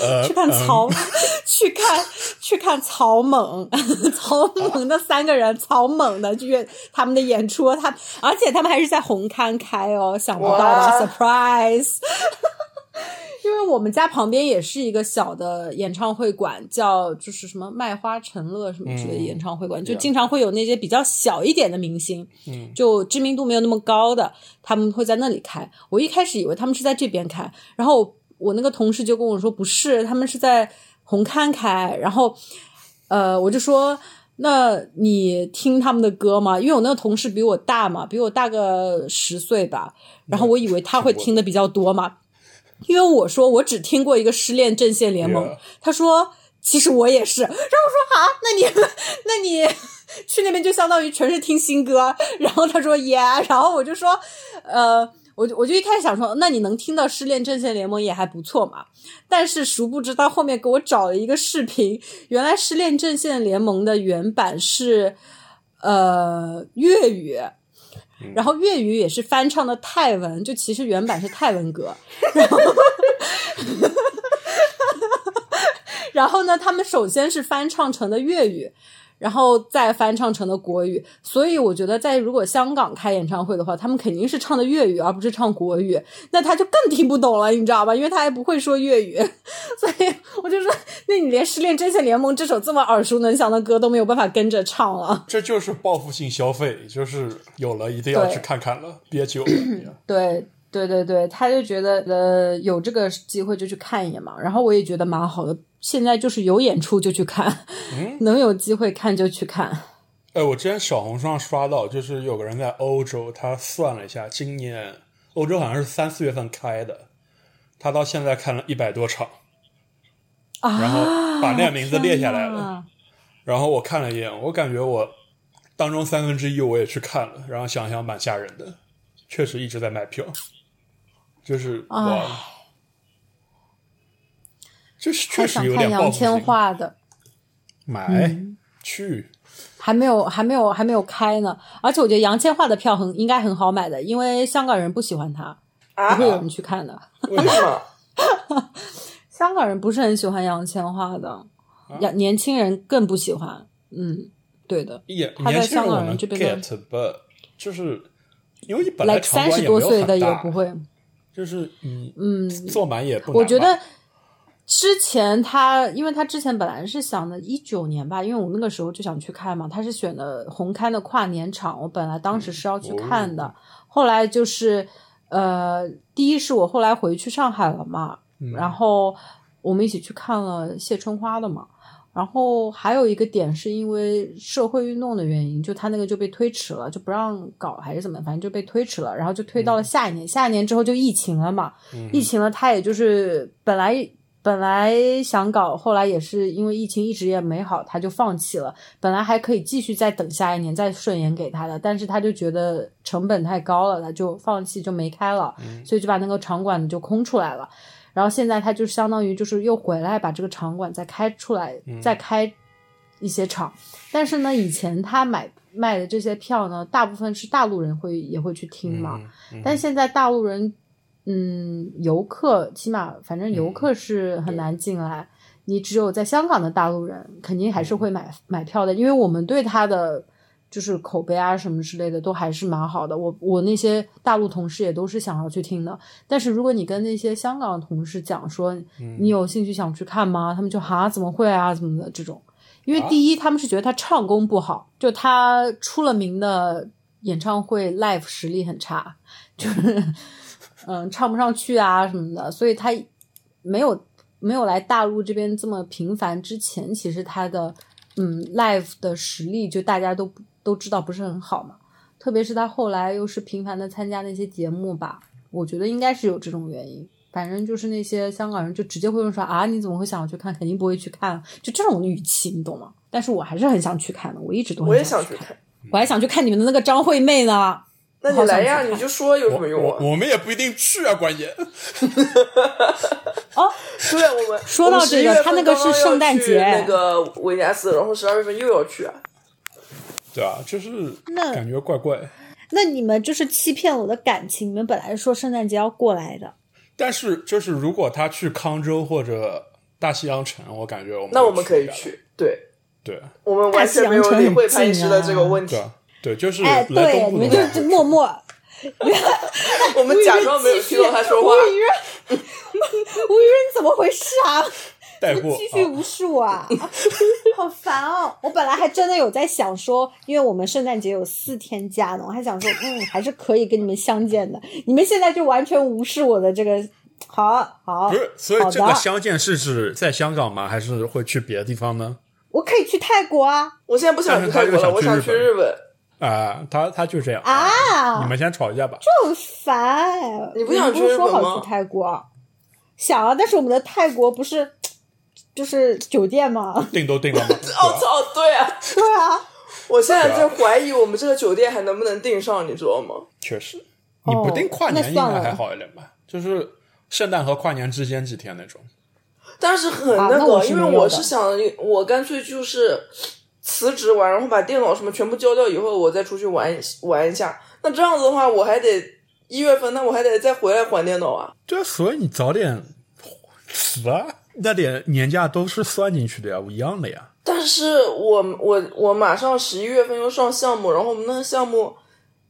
S2: 呃
S3: 去看草， 去看去看草 蜢，草蜢的三个人，草蜢的乐他们的演出，他而且他们还是在红磡开哦，想不到吧
S1: 哇
S3: ？surprise！因为我们家旁边也是一个小的演唱会馆，叫就是什么麦花臣乐什么之类的
S2: 嗯
S3: 演唱会馆，就
S2: Yeah
S3: 经常会有那些比较小一点的明星，
S2: 嗯
S3: 就知名度没有那么高的，他们会在那里开。我一开始以为他们是在这边开，然后我我那个同事就跟我说不是，他们是在红磡开。然后，呃，我就说那你听他们的歌吗？因为我那个同事比我大嘛，比我大个十岁吧。然后我以为他会听的比较多嘛，因为我说我只听过一个《失恋阵线联盟》
S2: Yeah
S3: 他说其实我也是。然后我说啊，那你那你去那边就相当于全是听新歌。然后他说耶，然后我就说呃。我就我就一开始想说，那你能听到《失恋阵线联盟》也还不错嘛，但是殊不知他后面给我找了一个视频，原来《失恋阵线联盟》的原版是呃粤语，然后粤语也是翻唱的泰文，就其实原版是泰文歌。然后，然后呢，他们首先是翻唱成的粤语，然后再翻唱成的国语。所以我觉得，在如果香港开演唱会的话，他们肯定是唱的粤语，而不是唱国语。那他就更听不懂了，你知道吧？因为他还不会说粤语， 所以我就说，那你连《失恋阵线联盟》这首这么耳熟能详的歌都没有办法跟着唱了。
S2: 这就是报复性消费，就是有了一定要
S3: 对
S2: 去看看了，憋久了。Yeah
S3: 对对对对，他就觉得呃有这个机会就去看一眼嘛，然后我也觉得蛮好的。现在就是有演出就去看，能有机会看就去看。
S2: 哎，我之前小红书上刷到，就是有个人在欧洲，他算了一下，今年欧洲好像是三四月份开的，他到现在看了一百多场，
S3: 啊，
S2: 然后把那个名字列下来了
S3: 天哪
S2: 然后我看了一眼，我感觉我当中三分之一我也去看了，然后想想蛮吓人的，确实一直在卖票，就是哇
S3: 唉，
S2: 就是确
S3: 太
S2: 实
S3: 想
S2: 有
S3: 看
S2: 点报
S3: 杨
S2: 复性
S3: 千嬅嗯的，
S4: 买
S2: 去，
S3: 还没有还没有还没有开呢。而且我觉得杨千嬅的票很应该很好买的，因为香港人不喜欢她，不
S1: 啊？
S3: 会有人去看的。
S2: 为
S1: 为
S2: 啥
S1: 什么？
S3: 香港人不是很喜欢杨千嬅
S2: 啊
S3: 的，杨、年轻人更不喜欢。嗯，对的。
S2: 也
S3: 他在
S2: 年轻
S3: 香港
S2: 我能
S3: 人这边
S2: get，but 就是因为你本来
S3: like
S2: 场
S3: 三
S2: 馆
S3: 十
S2: 也没
S3: 多
S2: 有
S3: 岁的
S2: 很
S3: 也
S2: 大，啊
S3: 不会，
S2: 就是你
S3: 嗯，
S2: 坐满也不难
S3: 我觉得
S2: 吧
S3: 之前他，因为他之前本来是想的，一九年吧，因为我那个时候就想去看嘛，他是选的红磡的跨年场，我本来当时是要去看
S2: 嗯
S3: 的，后来就是呃，第一是我后来回去上海了嘛，
S2: 嗯
S3: 然后我们一起去看了谢春花的嘛。然后还有一个点是因为社会运动的原因，就他那个就被推迟了，就不让搞还是怎么，反正就被推迟了，然后就推到了下一年。下一年之后就疫情了嘛，
S2: 嗯
S3: 疫情了，他也就是本来本来想搞，后来也是因为疫情一直也没好，他就放弃了。本来还可以继续再等下一年再顺延给他的，但是他就觉得成本太高了，他就放弃就没开了，
S2: 嗯
S3: 所以就把那个场馆就空出来了。然后现在他就相当于就是又回来把这个场馆再开出来，
S2: 嗯
S3: 再开一些场。但是呢，以前他买卖的这些票呢，大部分是大陆人会也会去听嘛，
S2: 嗯
S3: 但现在大陆人，嗯，游客起码反正游客是很难进来，你只有在香港的大陆人肯定还是会买、买票的，因为我们对他的就是口碑啊什么之类的都还是蛮好的。我我那些大陆同事也都是想要去听的，但是如果你跟那些香港的同事讲说、你有兴趣想去看吗，他们就哈怎么会啊怎么的这种。因为第一，他们是觉得他唱功不好，就他出了名的演唱会 live 实力很差，就是嗯唱不上去啊什么的，所以他没有没有来大陆这边这么频繁之前，其实他的嗯 live 的实力就大家都不都知道不是很好嘛，特别是他后来又是频繁的参加那些节目吧，我觉得应该是有这种原因。反正就是那些香港人就直接会问说啊，你怎么会想要去看？肯定不会去看，啊就这种语气，你懂吗？但是我还是很想去看的，我一直都很
S1: 我也
S3: 想
S1: 想
S3: 去
S1: 去
S3: 看，
S1: 看。
S3: 我还想去看你们的那个张惠妹呢。
S1: 那你来呀，
S3: 我好想去
S1: 你
S3: 看
S1: 就说有什
S2: 我
S1: 么用
S2: 我
S1: 啊？
S2: 我们也不一定去啊，关键
S1: 对啊，我们
S3: 说到这个
S1: 我们11
S3: 他那个是圣诞节
S1: 月份刚刚要去那个维纳斯，然后十二月份又要去啊。
S2: 对啊，就是
S3: 那
S2: 感觉怪怪。
S3: 那你们就是欺骗我的感情，你们本来说圣诞节要过来的，
S2: 但是就是如果他去康州或者大西洋城，我感觉我们
S1: 那我们可以
S2: 的，
S1: 去，对
S2: 对
S1: 我们完全没有理会
S3: 啊
S1: 潘医师的这个问题
S2: 对，啊对，就是
S3: 哎，
S2: 来
S3: 对，
S2: 东
S3: 你
S2: 部
S3: 们
S2: 的
S3: 就
S2: 话
S3: 就默默，
S1: 我们假装没有听到他说话。
S3: 吴雨润，吴雨润，你怎么回事啊？
S2: 带过
S3: 继续
S2: 啊
S3: 无视我啊， 好烦哦！我本来还真的有在想说，因为我们圣诞节有四天假呢，我还 想说，嗯，还是可以跟你们相见的。你们现在就完全无视我的这个，好好，
S2: 不是，所以
S3: 好
S2: 这个
S3: 的，
S2: 相见是指在香港吗？还是会去别的地方呢？
S3: 我可以去泰国啊
S1: 我现在不想去泰国了，我想去日本。
S2: 啊，他他就这样。
S3: 啊！
S2: 你们先吵一架吧。
S3: 好烦！
S1: 你不想
S3: 不
S1: 去
S3: 是
S1: 日
S3: 说
S1: 本吗
S3: 好去泰国？想啊，但是我们的泰国不是就是酒店吗？
S2: 定都定了吗？
S1: 哦操，对啊，
S3: 对啊，
S1: 我现在就怀疑我们这个酒店还能不能订上，你知道吗？
S2: 确实，你不定跨
S3: 哦那
S2: 年应
S3: 算
S2: 该
S3: 了
S2: 还好一点吧？就是圣诞和跨年之间几天那种。
S1: 但是很
S3: 啊
S1: 那
S3: 那
S1: 个，
S3: 我是
S1: 因为
S3: 没有
S1: 我
S3: 的
S1: 是想，我干脆就是辞职完，然后把电脑什么全部交掉以后，我再出去玩一玩一下。那这样子的话，我还得一月份，那我还得再回来还电脑啊。
S2: 对啊，所以你早点死啊，那点年假都是算进去的呀，一样的呀。
S1: 但是我我我马上十一月份又上项目，然后我们那个项目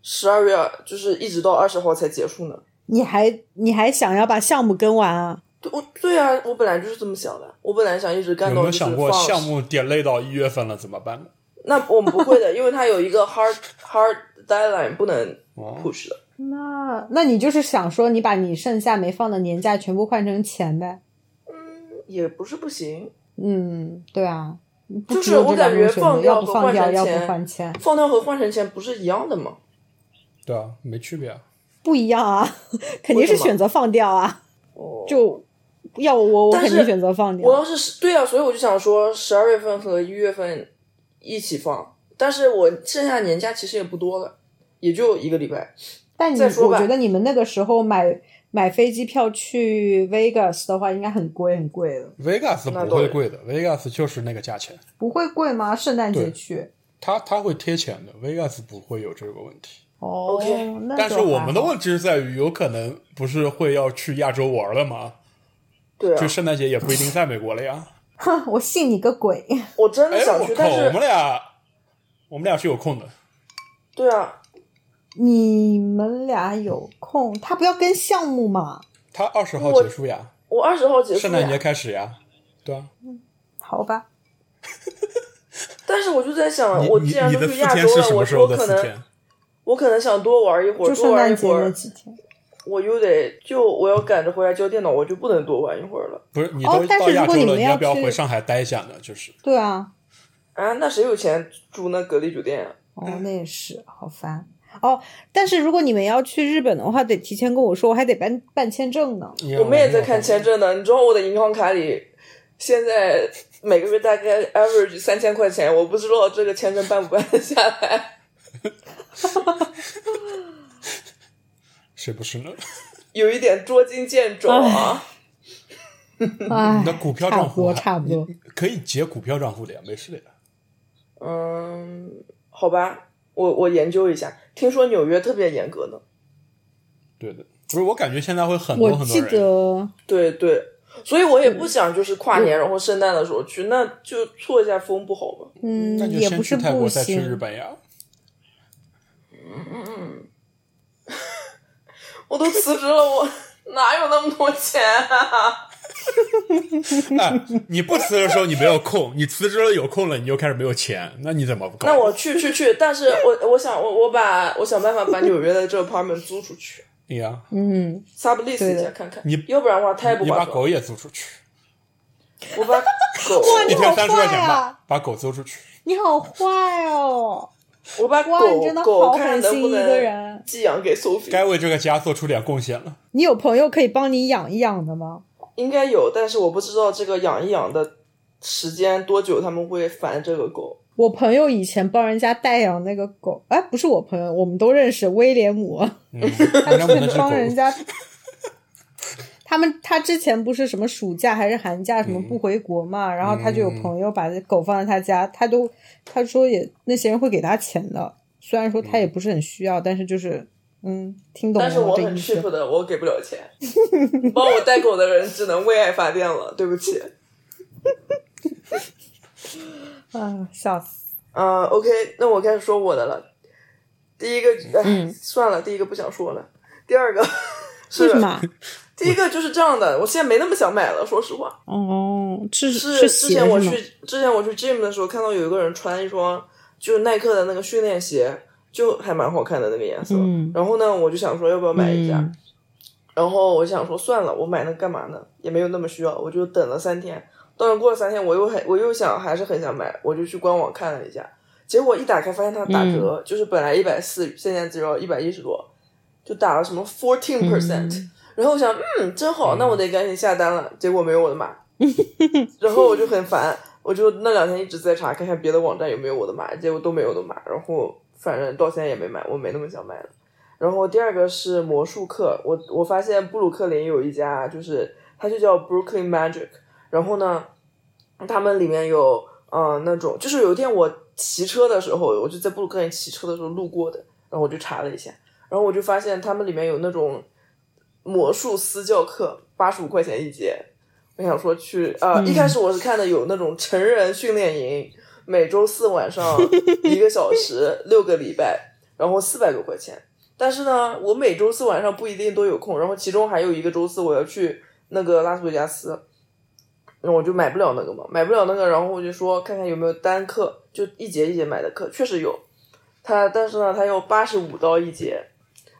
S1: 十二月就是一直到二十号才结束呢。
S3: 你还你还想要把项目跟完啊？
S1: 对，我对啊，我本来就是这么想的。我本来想一直干
S2: 有
S1: 到
S2: 没有
S1: 就是放
S2: 想过项目 delay 到一月份了怎么办呢？
S1: 那我们不会的，因为它有一个 hard hard deadline 不能
S2: 哦
S1: push 的。
S3: 那那你就是想说，你把你剩下没放的年假全部换成钱呗？
S1: 也不是不行，
S3: 嗯，对啊，
S1: 就
S3: 不只
S1: 是
S3: 有
S1: 我
S3: 这两
S1: 感觉
S3: 种选
S1: 放掉
S3: 择要不
S1: 和
S3: 放
S1: 换
S3: 掉，
S1: 成
S3: 要
S1: 钱
S3: 不换钱，
S1: 放掉和换成钱不是一样的吗？
S2: 对啊，没区别啊。
S3: 不一样啊， 肯定
S1: 为什
S3: 是
S1: 么
S3: 选择放掉啊。
S1: 哦，
S3: 就要我，我
S1: 但
S3: 肯
S1: 是
S3: 定选择放掉。
S1: 我要是十对啊，所以我就想说，十二月份和一月份一起放，但是我剩下年假其实也不多了，也就一个礼拜。
S3: 但你
S1: 再说
S3: 我
S1: 吧
S3: 觉得你们那个时候买买飞机票去 Vegas 的话，应该很贵很贵了。
S2: Vegas
S1: 那
S2: 不会
S1: 对
S2: 贵的，Vegas 就是那个价钱，
S3: 不会贵吗？圣诞节
S2: 对
S3: 去？
S2: 它它会贴钱的，Vegas 不会有这个问题。
S3: 哦
S1: OK，
S3: 那
S2: 但
S3: 就是
S2: 我们的
S3: 还好
S2: 问题是在于，有可能不是会要去亚洲玩了吗？
S1: 对啊
S2: 就，圣诞节也不一定在美国了呀。
S3: 哼， 我信你个鬼！
S1: 我 真的
S2: 哎，
S1: 想
S2: 我
S1: 去，
S2: 靠，
S1: 但
S2: 我们
S1: 是
S2: 俩我们俩是有空的。
S1: 对啊，
S3: 你们俩有空，他不要跟项目嘛？
S2: 他二十号
S1: 我
S2: 结束呀，
S1: 我二十号结束
S2: 圣
S1: 呀
S2: 诞节开始呀，对啊。
S3: 好吧，
S1: 但是我就在想，
S2: 你
S1: 啊我
S2: 你
S1: 既然
S2: 你
S1: 都
S2: 的
S1: 去
S2: 四
S1: 亚
S2: 天
S1: 洲
S2: 是
S1: 了，
S2: 什
S1: 我
S2: 么时
S1: 说
S2: 候
S1: 可
S2: 的四天
S1: 能？我可能想多玩一会
S3: 就
S1: 儿，多
S3: 圣
S1: 玩
S3: 诞
S1: 一
S3: 节
S1: 会
S3: 那
S1: 儿，
S3: 几天。
S1: 我又得就我要赶着回来教电脑，我就不能多玩一会儿了。
S2: 不是你
S3: 哦
S2: 都
S3: 但是
S2: 到亚
S3: 如果
S2: 洲
S3: 你
S2: 了，
S3: 们
S2: 你
S3: 要
S2: 要不要
S3: 去
S2: 回上海待一下呢？就是
S3: 对啊，
S1: 啊，那谁有钱住那隔离酒店啊？
S3: 哦，那也是，好烦。哦，但是如果你们要去日本的话，得提前跟我说，我还得办办签证呢。
S1: 我们也在看签。证呢。你知道我的银行卡里现在每个月大概 average 三千块钱，我不知道这个签证办不办得下来。
S2: 谁不是呢？
S1: 有一点捉襟见肘啊。
S3: 哎，
S2: 你的嗯股票
S3: 差
S2: 账
S3: 不
S2: 户
S3: 多
S2: 还
S3: 差不多
S2: 你。可以结股票账户的呀，没事的呀。
S1: 嗯，好吧，我我研究一下。听说纽约特别严格呢。
S2: 对的，不是我感觉现在会很多
S3: 我
S2: 很多
S3: 记
S2: 人。
S3: 得
S1: 对对，所以我也不想就是跨年然后圣诞的时候去，那就错一下峰不好吗？
S3: 嗯
S2: 那，就
S3: 也
S2: 先
S3: 不
S2: 去
S3: 是
S2: 泰国，
S3: 不
S2: 再去日
S3: 行。
S2: 本呀。
S1: 我都辞职了，我哪有那么多钱啊？
S2: 哎，你不辞的时候你没有空，你辞职了有空了，你又开始没有钱，那你怎么不搞？
S1: 那我去去去，但是我我想我我把我想办法把纽约的这 apartment 租出去
S2: 你哎呀，
S3: 嗯，对
S1: ，sublease
S3: 的
S1: 一下看看，
S2: 你
S1: 要不然的话太不
S2: 你把
S1: 划算了。
S2: 狗也租出去，
S1: 我把狗，
S2: 一天
S3: 好
S2: 三十块钱
S3: 坏
S2: 吧
S3: 啊，
S2: 把狗租出去。
S3: 你好坏哦！
S1: 我把
S3: 哇，你真的
S1: 狗
S3: 好
S1: 狗看
S3: 狠
S1: 能
S3: 心
S1: 不
S3: 一个
S1: 能
S3: 人。
S1: 寄养给 Sophie，
S2: 该为这个家做出点贡献 了。
S3: 你有朋友可以帮你养一养的吗？
S1: 应该有，但是我不知道这个养一养的时间多久他们会烦这个狗。
S3: 我朋友以前帮人家代养那个狗，哎，不是我朋友，我们都认识威 廉姆，
S2: 嗯，那我那只
S3: 帮人
S2: 狗，
S3: 家。他们他之前不是什么暑假还是寒假什么
S2: 嗯
S3: 不回国嘛，然后他就有朋友把狗放在他家，他都他说也那些人会给他钱的，虽然说他
S2: 嗯
S3: 也不是很需要，但是就是嗯，听懂
S1: 但是
S3: 了
S1: 我
S3: 我这
S1: 很
S3: 意
S1: cheap
S3: 思。
S1: 的，我给不了钱。帮我带狗的人只能为爱发电了，对不起。
S3: 啊，笑死！
S1: 啊、o k 那我开始说我的了。第一个，哎、
S3: 嗯
S1: 算了，第一个不想说了。第二个
S3: 为
S1: 是
S3: 什么啊？
S1: 第一个 就是这样的，我现在没那么想买了，说实话。
S3: 哦，是
S1: 是之
S3: 鞋
S1: 前我
S3: 是吗
S1: 去之前我去 gym 的时候，看到有一个人穿一双就是耐克的那个训练鞋，就还蛮好看的那个颜色。
S3: 嗯
S1: 然后呢，我就想说要不要买一下。
S3: 嗯
S1: 然后我想说算了，我买那干嘛呢？也没有那么需要，我就等了三天。当然过了三天，我又很我又想还是很想买，我就去官网看了一下，结果一打开发现它打
S3: 嗯
S1: 折，就是本来一百四，现在只要一百一十多，就打了什么
S3: 嗯
S1: fourteen percent。然后我想，嗯，真好，那我得赶紧下单了。结果没有我的码，然后我就很烦，我就那两天一直在查，看看别的网站有没有我的码，结果都没有我的码。然后反正到现在也没买，我没那么想买了。然后第二个是魔术课，我我发现布鲁克林有一家，就是它就叫 Brooklyn Magic，然后呢，他们里面有呃那种，就是有一天我骑车的时候，我就在布鲁克林骑车的时候路过的，然后我就查了一下，然后我就发现他们里面有那种魔术私教课，八十五块钱一节。我想说去，呃，一开始我是看的有那种成人训练营，每周四晚上一个小时，六个礼拜，然后四百多块钱。但是呢，我每周四晚上不一定都有空，然后其中还有一个周四我要去那个拉斯维加斯，然后我就买不了那个嘛，买不了那个，然后我就说看看有没有单课，就一节一节买的课，确实有，它但是呢，它要八十
S3: 嗯
S1: 五刀一节，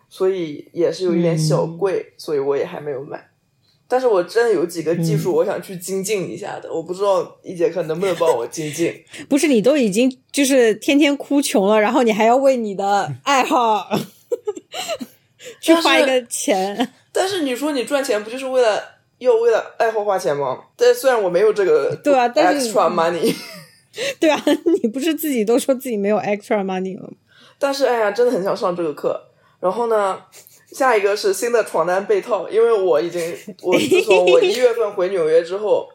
S1: 所以也是有一点小贵，所以我也还没有买。但是我真的有几个
S3: 嗯
S1: 技术我想去精进一下的，我不知道一节课能不能帮我精 进。
S3: 不是你都已经就是天天哭穷了，然后你还要为你的 爱好去花一个钱，
S1: 但是你说你赚钱不就是为了又为了爱好花钱吗？但虽然我没有这个
S3: 对啊但是
S1: extra money，
S3: 对啊， 你不是自己都说自己没有 extra money 了吗？
S1: 但是哎呀，真的很想上这个课。然后呢，下一个是新的床单被套，因为我 已经我自从我一月份回纽约之后，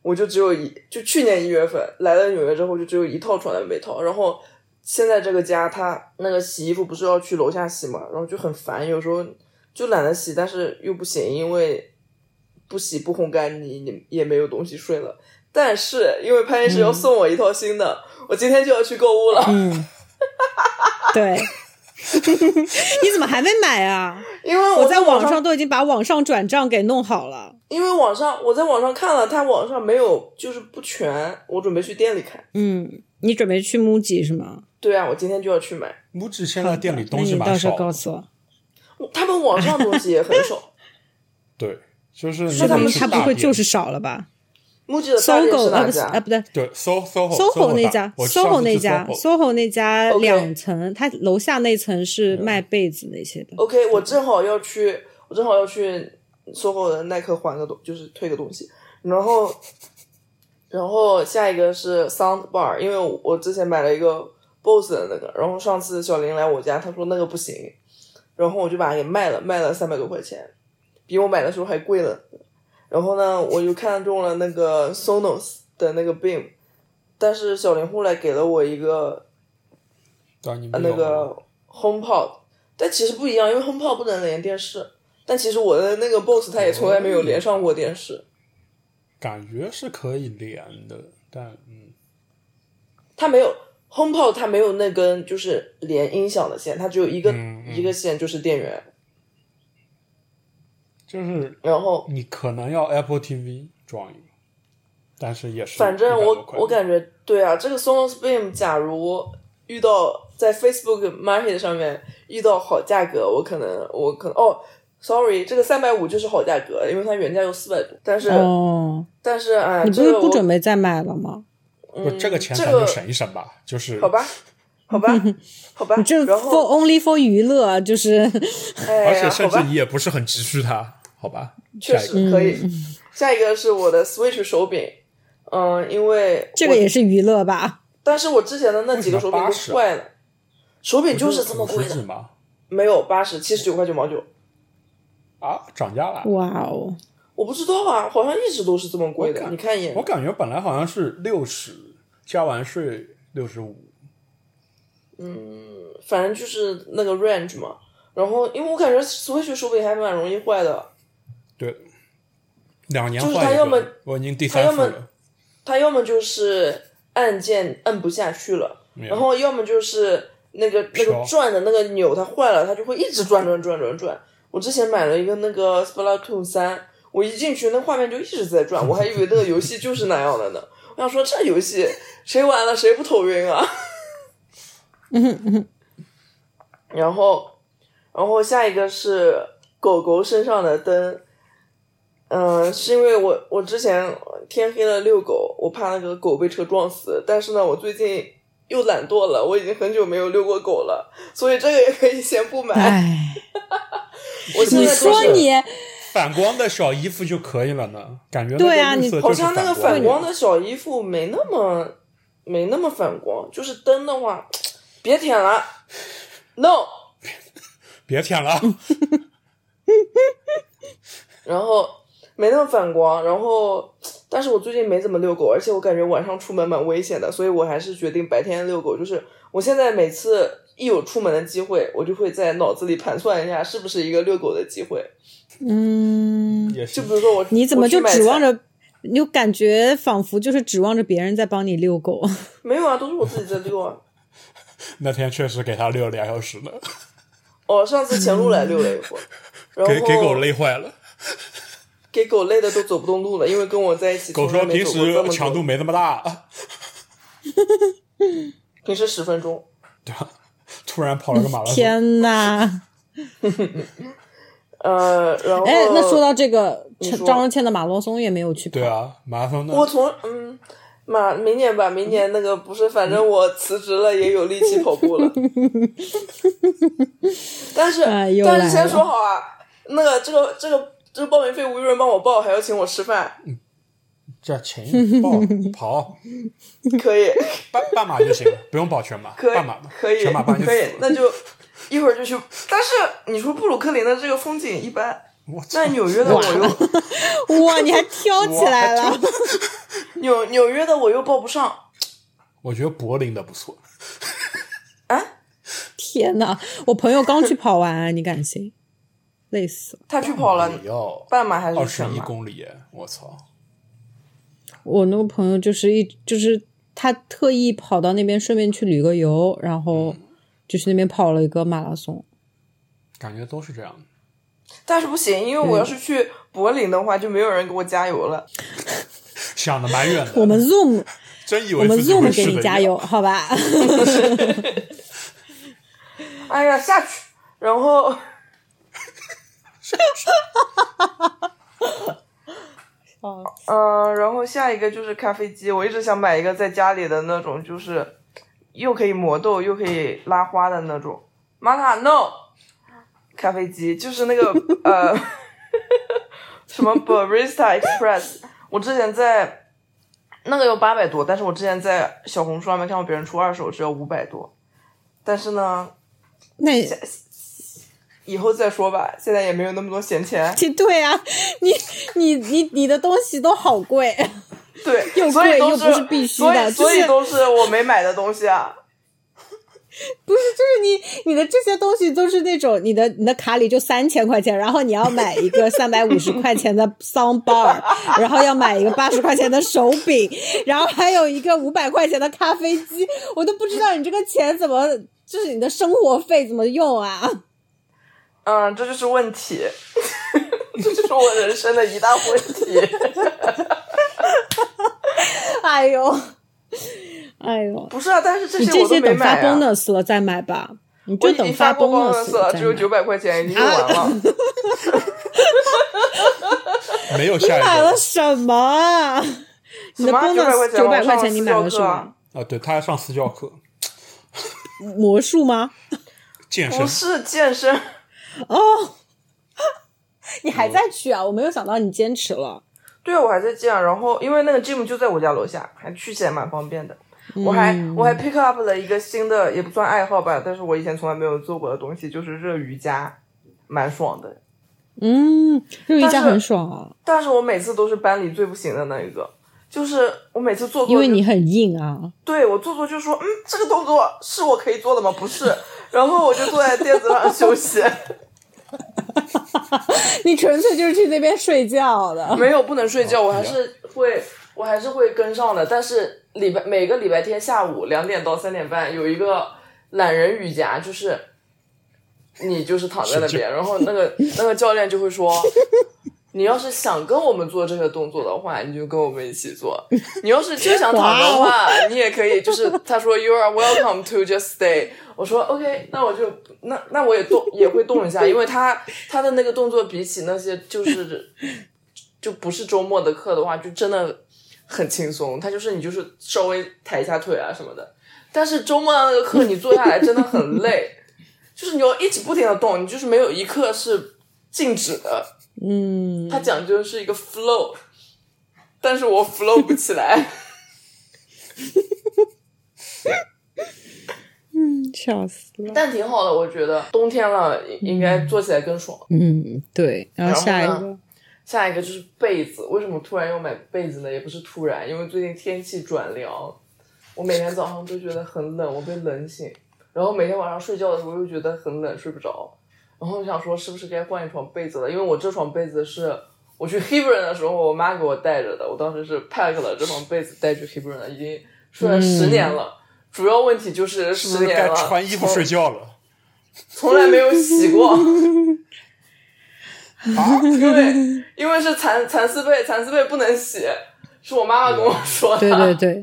S1: 我就只有一就去年一月份来了纽约之后就只有一套床单被套，然后。现在这个家，他那个洗衣服不是要去楼下洗嘛，然后就很烦，有时候就懒得洗，但是又不行，因为不洗不烘干，你你也没有东西睡了。但是因为潘医师要送我一套新的，我今天就要去购物了，
S3: 嗯， 对， 你怎么还没买啊？
S1: 因为
S3: 我在网
S1: 网
S3: 上都已经把网上转账给弄好了。
S1: 因为网上我在网上看了，他网上没有，就是不全，我准备去店里看。
S3: 嗯，你准备去 MUJI 是吗？
S1: 对啊，我今天就要去买。
S2: 拇指现在店里东西
S3: 那你到
S2: 蛮
S3: 时候
S2: 少
S3: 告
S2: 的，
S3: 诉我。
S1: 他们网上东西也很 少，
S2: 对，就是
S1: 那他
S3: 嗯
S1: 们
S3: 他不会就是少了吧？
S1: 木吉的大
S3: 搜
S1: 店
S3: 狗
S1: 是
S3: 啊
S1: 哪
S3: 不是
S1: 家
S3: 啊？不对
S2: 对 SOHO
S1: 哦
S2: SOHO
S3: ，SOHO 那家
S2: 我上次
S3: ，SOHO
S2: 去
S3: 那家
S2: SOHO
S3: ，SOHO 那家
S1: OK 嗯
S3: 两层，它楼下那层是卖被子那些的。
S1: OK，我正好要去，我正好要去搜狗的耐克还个东，就是退个东西。然后，然后下一个是 Sound Bar，因为我之前买了一个 BOSS 的那个，然后上次小林来我家，他说那个不行，然后我就把它给卖了，卖了三百多块钱，比我买的时候还贵了。然后呢，我就看中了那个 Sonos 的那个 Beam，但是小林后来给了我一个
S2: 对啊你
S1: 呃
S2: 们
S1: 那
S2: 有吗
S1: 个 HomePod，但其实不一样，因为 HomePod 不能连电视。但其实我的那个 Boss 它也从来没有连上过电视，
S2: 感觉是可以连的，但嗯，
S1: 它没有 HomePod，它没有那根就是连音响的线，它只有一个、
S2: 嗯嗯
S1: 一个线就是电源。
S2: 就是
S1: 然后
S2: 你可能要 Apple TV 装一个，但是也是
S1: 反正
S2: 100多
S1: 我
S2: 块
S1: 我感觉对啊，这个 Sonos Beam 假如遇到在 Facebook Market 上面遇到好价格，我可能我可能哦，sorry，这个三百五就是好价格，因为它原价有四百多，但是、
S3: 哦，
S1: 但是哎，
S3: 你不
S1: 这
S3: 是
S1: 个
S3: 不
S1: 我
S3: 准备再买了吗？
S2: 不是这个
S1: 嗯
S2: 钱
S1: 这
S2: 咱就
S1: 个
S2: 省一省吧，就是
S1: 好 吧，好吧，好吧
S3: 你，这
S1: 啊然
S3: for
S1: 后
S3: only for 娱乐，啊就是
S1: 哎
S2: 而
S1: 呀，
S2: 且
S1: 好
S2: 甚至
S1: 吧
S2: 你，也不是很急需它，好吧？
S1: 确
S2: 下一
S1: 实可以。
S3: 嗯
S1: 下一个是我的 Switch 手柄，嗯，因为
S3: 这个也
S1: 我，
S3: 是娱乐吧？
S1: 但是我之前的那几个手柄都
S2: 为什么80啊
S1: 坏了，手柄
S2: 个
S1: 就是这么贵
S2: 50
S1: 的，
S2: 吗？
S1: 没有八十七十九块九毛九，
S2: 啊，涨价了！
S3: 哇哦，
S1: 我不知道啊，好像一直都是这么贵
S2: 我
S1: 的，
S2: 感
S1: 你看一眼
S2: 我，感觉本来好像是六十，加完税六十五。
S1: 反正就是那个 range 嘛。然后，因为我感觉 Switch 手柄还蛮容易坏的，
S2: 对，两年
S1: 就是
S2: 换
S1: 他
S2: 一
S1: 要
S2: 个
S1: 么
S2: 我已经第
S1: 他
S2: 三
S1: 要
S2: 次
S1: 么
S2: 了。
S1: 它要么就是按键摁不下去了，然后要么就是那个那个
S2: 飘
S1: 转的那个钮它坏了，它就会一直转转转转转。我之前买了一个那个 Splatoon 三，我一进去那画面就一直在转，我还以为那个游戏就是那样的呢。我想说这游戏谁玩了谁不头晕啊？ 然后，然后下一个是狗狗身上的灯，嗯、是因为我我之前天黑了遛狗，我怕那个狗被车撞死，但是呢，我最近又懒惰了，我已经很久没有遛过狗了，所以这个也可以先不买。
S3: 哎，
S1: 我现
S3: 你
S1: 在就是
S3: 说你
S2: 反光的小衣服就可以了呢，感觉那
S3: 对
S2: 个
S3: 啊
S2: 绿
S3: 你
S2: 色
S1: 好
S2: 就是
S1: 像那个
S2: 反
S1: 反光
S2: 的
S1: 的小衣服没那么没那么反光，就是灯的话，别舔了，no。
S2: 别舔 了，啊
S1: 然后没那么反光，然后但是我最近没怎么遛狗，而且我感觉晚上出门蛮危险的，所以我还是决定白天遛狗。就是我现在每次一有出门的机会，我就会在脑子里盘算一下是不是一个遛狗的机会。
S3: 嗯，
S2: 也
S1: 就是比如说我，
S3: 你怎么
S1: 我去
S3: 就
S1: 买
S3: 指望
S1: 菜？
S3: 着？你就感觉仿佛就是指望着别人在帮你遛狗，
S1: 没有啊，都是我自己在遛啊。
S2: 那天确实给它遛俩小时了，
S1: 哦，上次前路来遛了一 会儿，然后
S2: 给给狗累坏了。
S1: 给狗累的都走不动路了，因为跟我在一起
S2: 狗
S1: 从来
S2: 说
S1: 没
S2: 平
S1: 走过这
S2: 时
S1: 么久
S2: 强度没那么大，
S1: 平时十分钟。
S2: 突然跑了个马拉松。
S3: 天呐！
S1: 呃，然后
S3: 哎，那说到这个，
S1: 你
S3: 陈
S1: 说
S3: 张若昕的马拉松也没有去跑。
S2: 对啊，马拉松
S1: 我
S2: 那
S1: 从嗯，马明年吧，明年那个不是，反正我辞职了，也有力气跑步了。但是，
S3: 哎又
S1: 但
S3: 来
S1: 是先
S3: 了
S1: 说好啊，那个这个这个这个报名费无人帮我报，还要请我吃饭，
S2: 这勤 报跑
S1: 可以，
S2: 半半马就行了，不用跑全马，
S1: 可以
S2: 半马吧，
S1: 可以，
S2: 全马半就
S1: 可以
S2: 死，了。
S1: 那就一会儿就去。但是你说布鲁克林的这个风景一般，
S2: 我操
S1: 那！纽约的我又
S3: 哇，你还 挑起来了，
S1: 纽纽约的我又报不上，
S2: 我觉得柏林的不错，
S3: 天呐，我朋友刚去跑完，你敢 信？累死了！
S1: 他去跑了
S2: 也要
S1: 半马还
S2: 哎嗯二
S1: 是
S2: 十
S1: 全
S2: 一
S1: 马？
S2: 公里耶，我操！
S3: 我那个朋友就是一就是他特意跑到那边，顺便去旅个游，然后就去那边跑了一个马拉松。
S2: 感觉都是这样的。
S1: 但是不行，因为我要
S3: 嗯
S1: 是去柏林的话，就没有人给我加油了。
S2: 想的蛮远的，
S3: 我们 Zoom，
S2: 真以
S3: 我
S2: 为
S3: 们
S2: 自己会
S3: Zoom
S2: 是
S3: 给
S2: 的
S3: 你加
S2: 一样。
S3: 油，好吧？
S1: 哎呀，下去，然后
S3: 哦，
S1: 嗯、呃然后下一个就是咖啡机，我一直想买一个在家里的那种，就是又可以磨豆又可以拉花的那种。玛卡 no，咖啡机就是那个呃， 什么 Barista Express，我之前在那个要八百多，但是我之前在小红书上面看过别人出二手只要五百多，但是呢，
S3: 那
S1: 以后再说吧，现在也没有那么多闲钱。
S3: 对啊，你你你你的东西都好贵，
S1: 对，
S3: 又
S1: 所以
S3: 贵
S1: 都
S3: 又不是必须的
S1: 所以所以
S3: 就是
S1: 都是我没买的东西啊。
S3: 不是，就是你你 的这些东西都是那种你的你的卡里就三千块钱，然后你要买一 个三百五十块钱的 sound bar，然后要买一个八十块钱的手柄，然后还有一个五百块钱的咖啡机，我都不知道你这个钱怎么就是你的生活费怎么用啊？
S1: 嗯，这就是问题， 这就是我人生的一大问题。
S3: 哎呦，哎呦，
S1: 不是啊，但是这
S3: 你
S1: 些
S3: 这
S1: 我都
S3: 些
S1: 没
S3: 等发
S1: 买啊。
S3: bonus 了再买吧，你
S1: 我
S3: 就
S1: 已经
S3: 等
S1: 发过
S3: bonus
S1: 了，
S3: 再
S1: 只有
S3: 买
S1: 九百块钱，已经
S3: 啊
S1: 用完 了。
S2: 没有
S3: 你
S2: 下一
S3: 买了
S2: 个
S3: 什么啊？
S1: 什
S3: 你
S1: 么九
S3: 的
S1: 百
S3: bonus
S1: 块
S3: 九百
S1: 我上
S3: 块钱你买了
S1: 私
S3: 什
S1: 教课
S3: 么
S1: 啊？？
S2: 啊！对，他还上私教课，
S3: 魔术吗？
S2: 健身
S1: 不是健身，
S3: 哦，你还在去啊？我没有想到你坚持了。
S1: 对啊，我还在健。然后因为那个 gym 就在我家楼下，还去起来蛮方便的。我还
S3: 嗯
S1: 我还 pick up 了一个新的，也不算爱好吧，但是我以前从来没有做过的东西，就是热瑜伽，蛮爽的。
S3: 嗯，热瑜
S1: 但
S3: 伽
S1: 是
S3: 很爽啊，
S1: 但是我每次都是班里最不行的那一个，就是我每次做做就，
S3: 因为你很硬啊。
S1: 对我做做就说，嗯，这个动作是我可以做的吗？不 是，然后我就坐在垫子上休息，
S3: 你纯粹就是去那边睡觉的。
S1: 没有不能睡觉，
S3: 哦
S1: 我还是会，我还是会跟上的。但是礼拜每个礼拜天下午两点到三点半有一个懒人瑜伽，就是你就是躺在那边，然后那 个那个教练就会说。你要是想跟我们做这个动作的话，你就跟我们一起做；你要是就想躺的话，你也可以。就是他说 “You are welcome to just stay”，我说 “OK”，那我就那那我也动也会动一下，因为他他的那个动作比起那些就是就不是周末的课的话，就真的很轻松。他就是你就是稍微抬一下腿啊什么的，但是周末的那个课你坐下来真的很累，就是你要一直不停的动，你就是没有一刻是静止的。
S3: 嗯，
S1: 它讲究的是一个 flow，但是我 flow 不起来。
S3: 笑死了。
S1: 但挺好的，我觉得冬天了
S2: 嗯
S1: 应应该做起来更爽。
S3: 嗯，对。然后下一
S1: 然后
S3: 个，
S1: 下一个就是被子，为什么突然要买被子呢？也不是突然，因为最近天气转凉，我每天早上都觉得很冷，我被冷醒，然后每天晚上睡觉的时候又觉得很冷，睡不着，然后我想说是不是该换一床被子了？因为我这床被子是我去 Hebron 的时候我妈给我带着的，我当时是 pack 了这床被子带去 Hebron 的，已经睡了十年了。主要问题就是
S2: 嗯是
S1: 十
S2: 不是
S1: 年
S2: 该
S1: 了，
S2: 穿衣服睡觉了？
S1: 从从来没有洗 过。
S2: 啊，
S1: 因为因为是蚕蚕丝被，蚕丝被不能洗，是我妈妈跟我说的。
S3: 对对。 对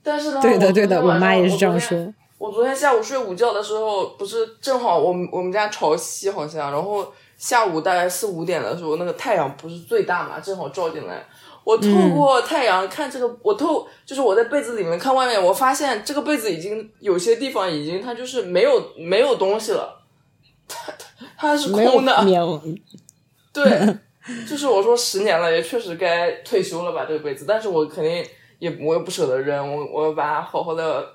S1: 但是呢，
S3: 对的
S1: 我昨天
S3: 对的，我
S1: 晚上
S3: 妈也是这样。
S1: 我昨天
S3: 说。
S1: 我昨天下午睡午觉的时候，不是正好我们我们家潮汐好像，然后下午大概四五点的时候，那个太阳不是最大嘛，正好照进来。我
S3: 嗯
S1: 透过太阳看这个，我透就是我在被子里面看外面，我发现这个被子已经有些地方已经它就是没有没有东西了，它它是
S3: 没有
S1: 空的，
S3: 棉袄，
S1: 对，就是我说十年了，也确实该退休了吧这个被子，但是我肯定也我又不舍得扔，我我把它好好的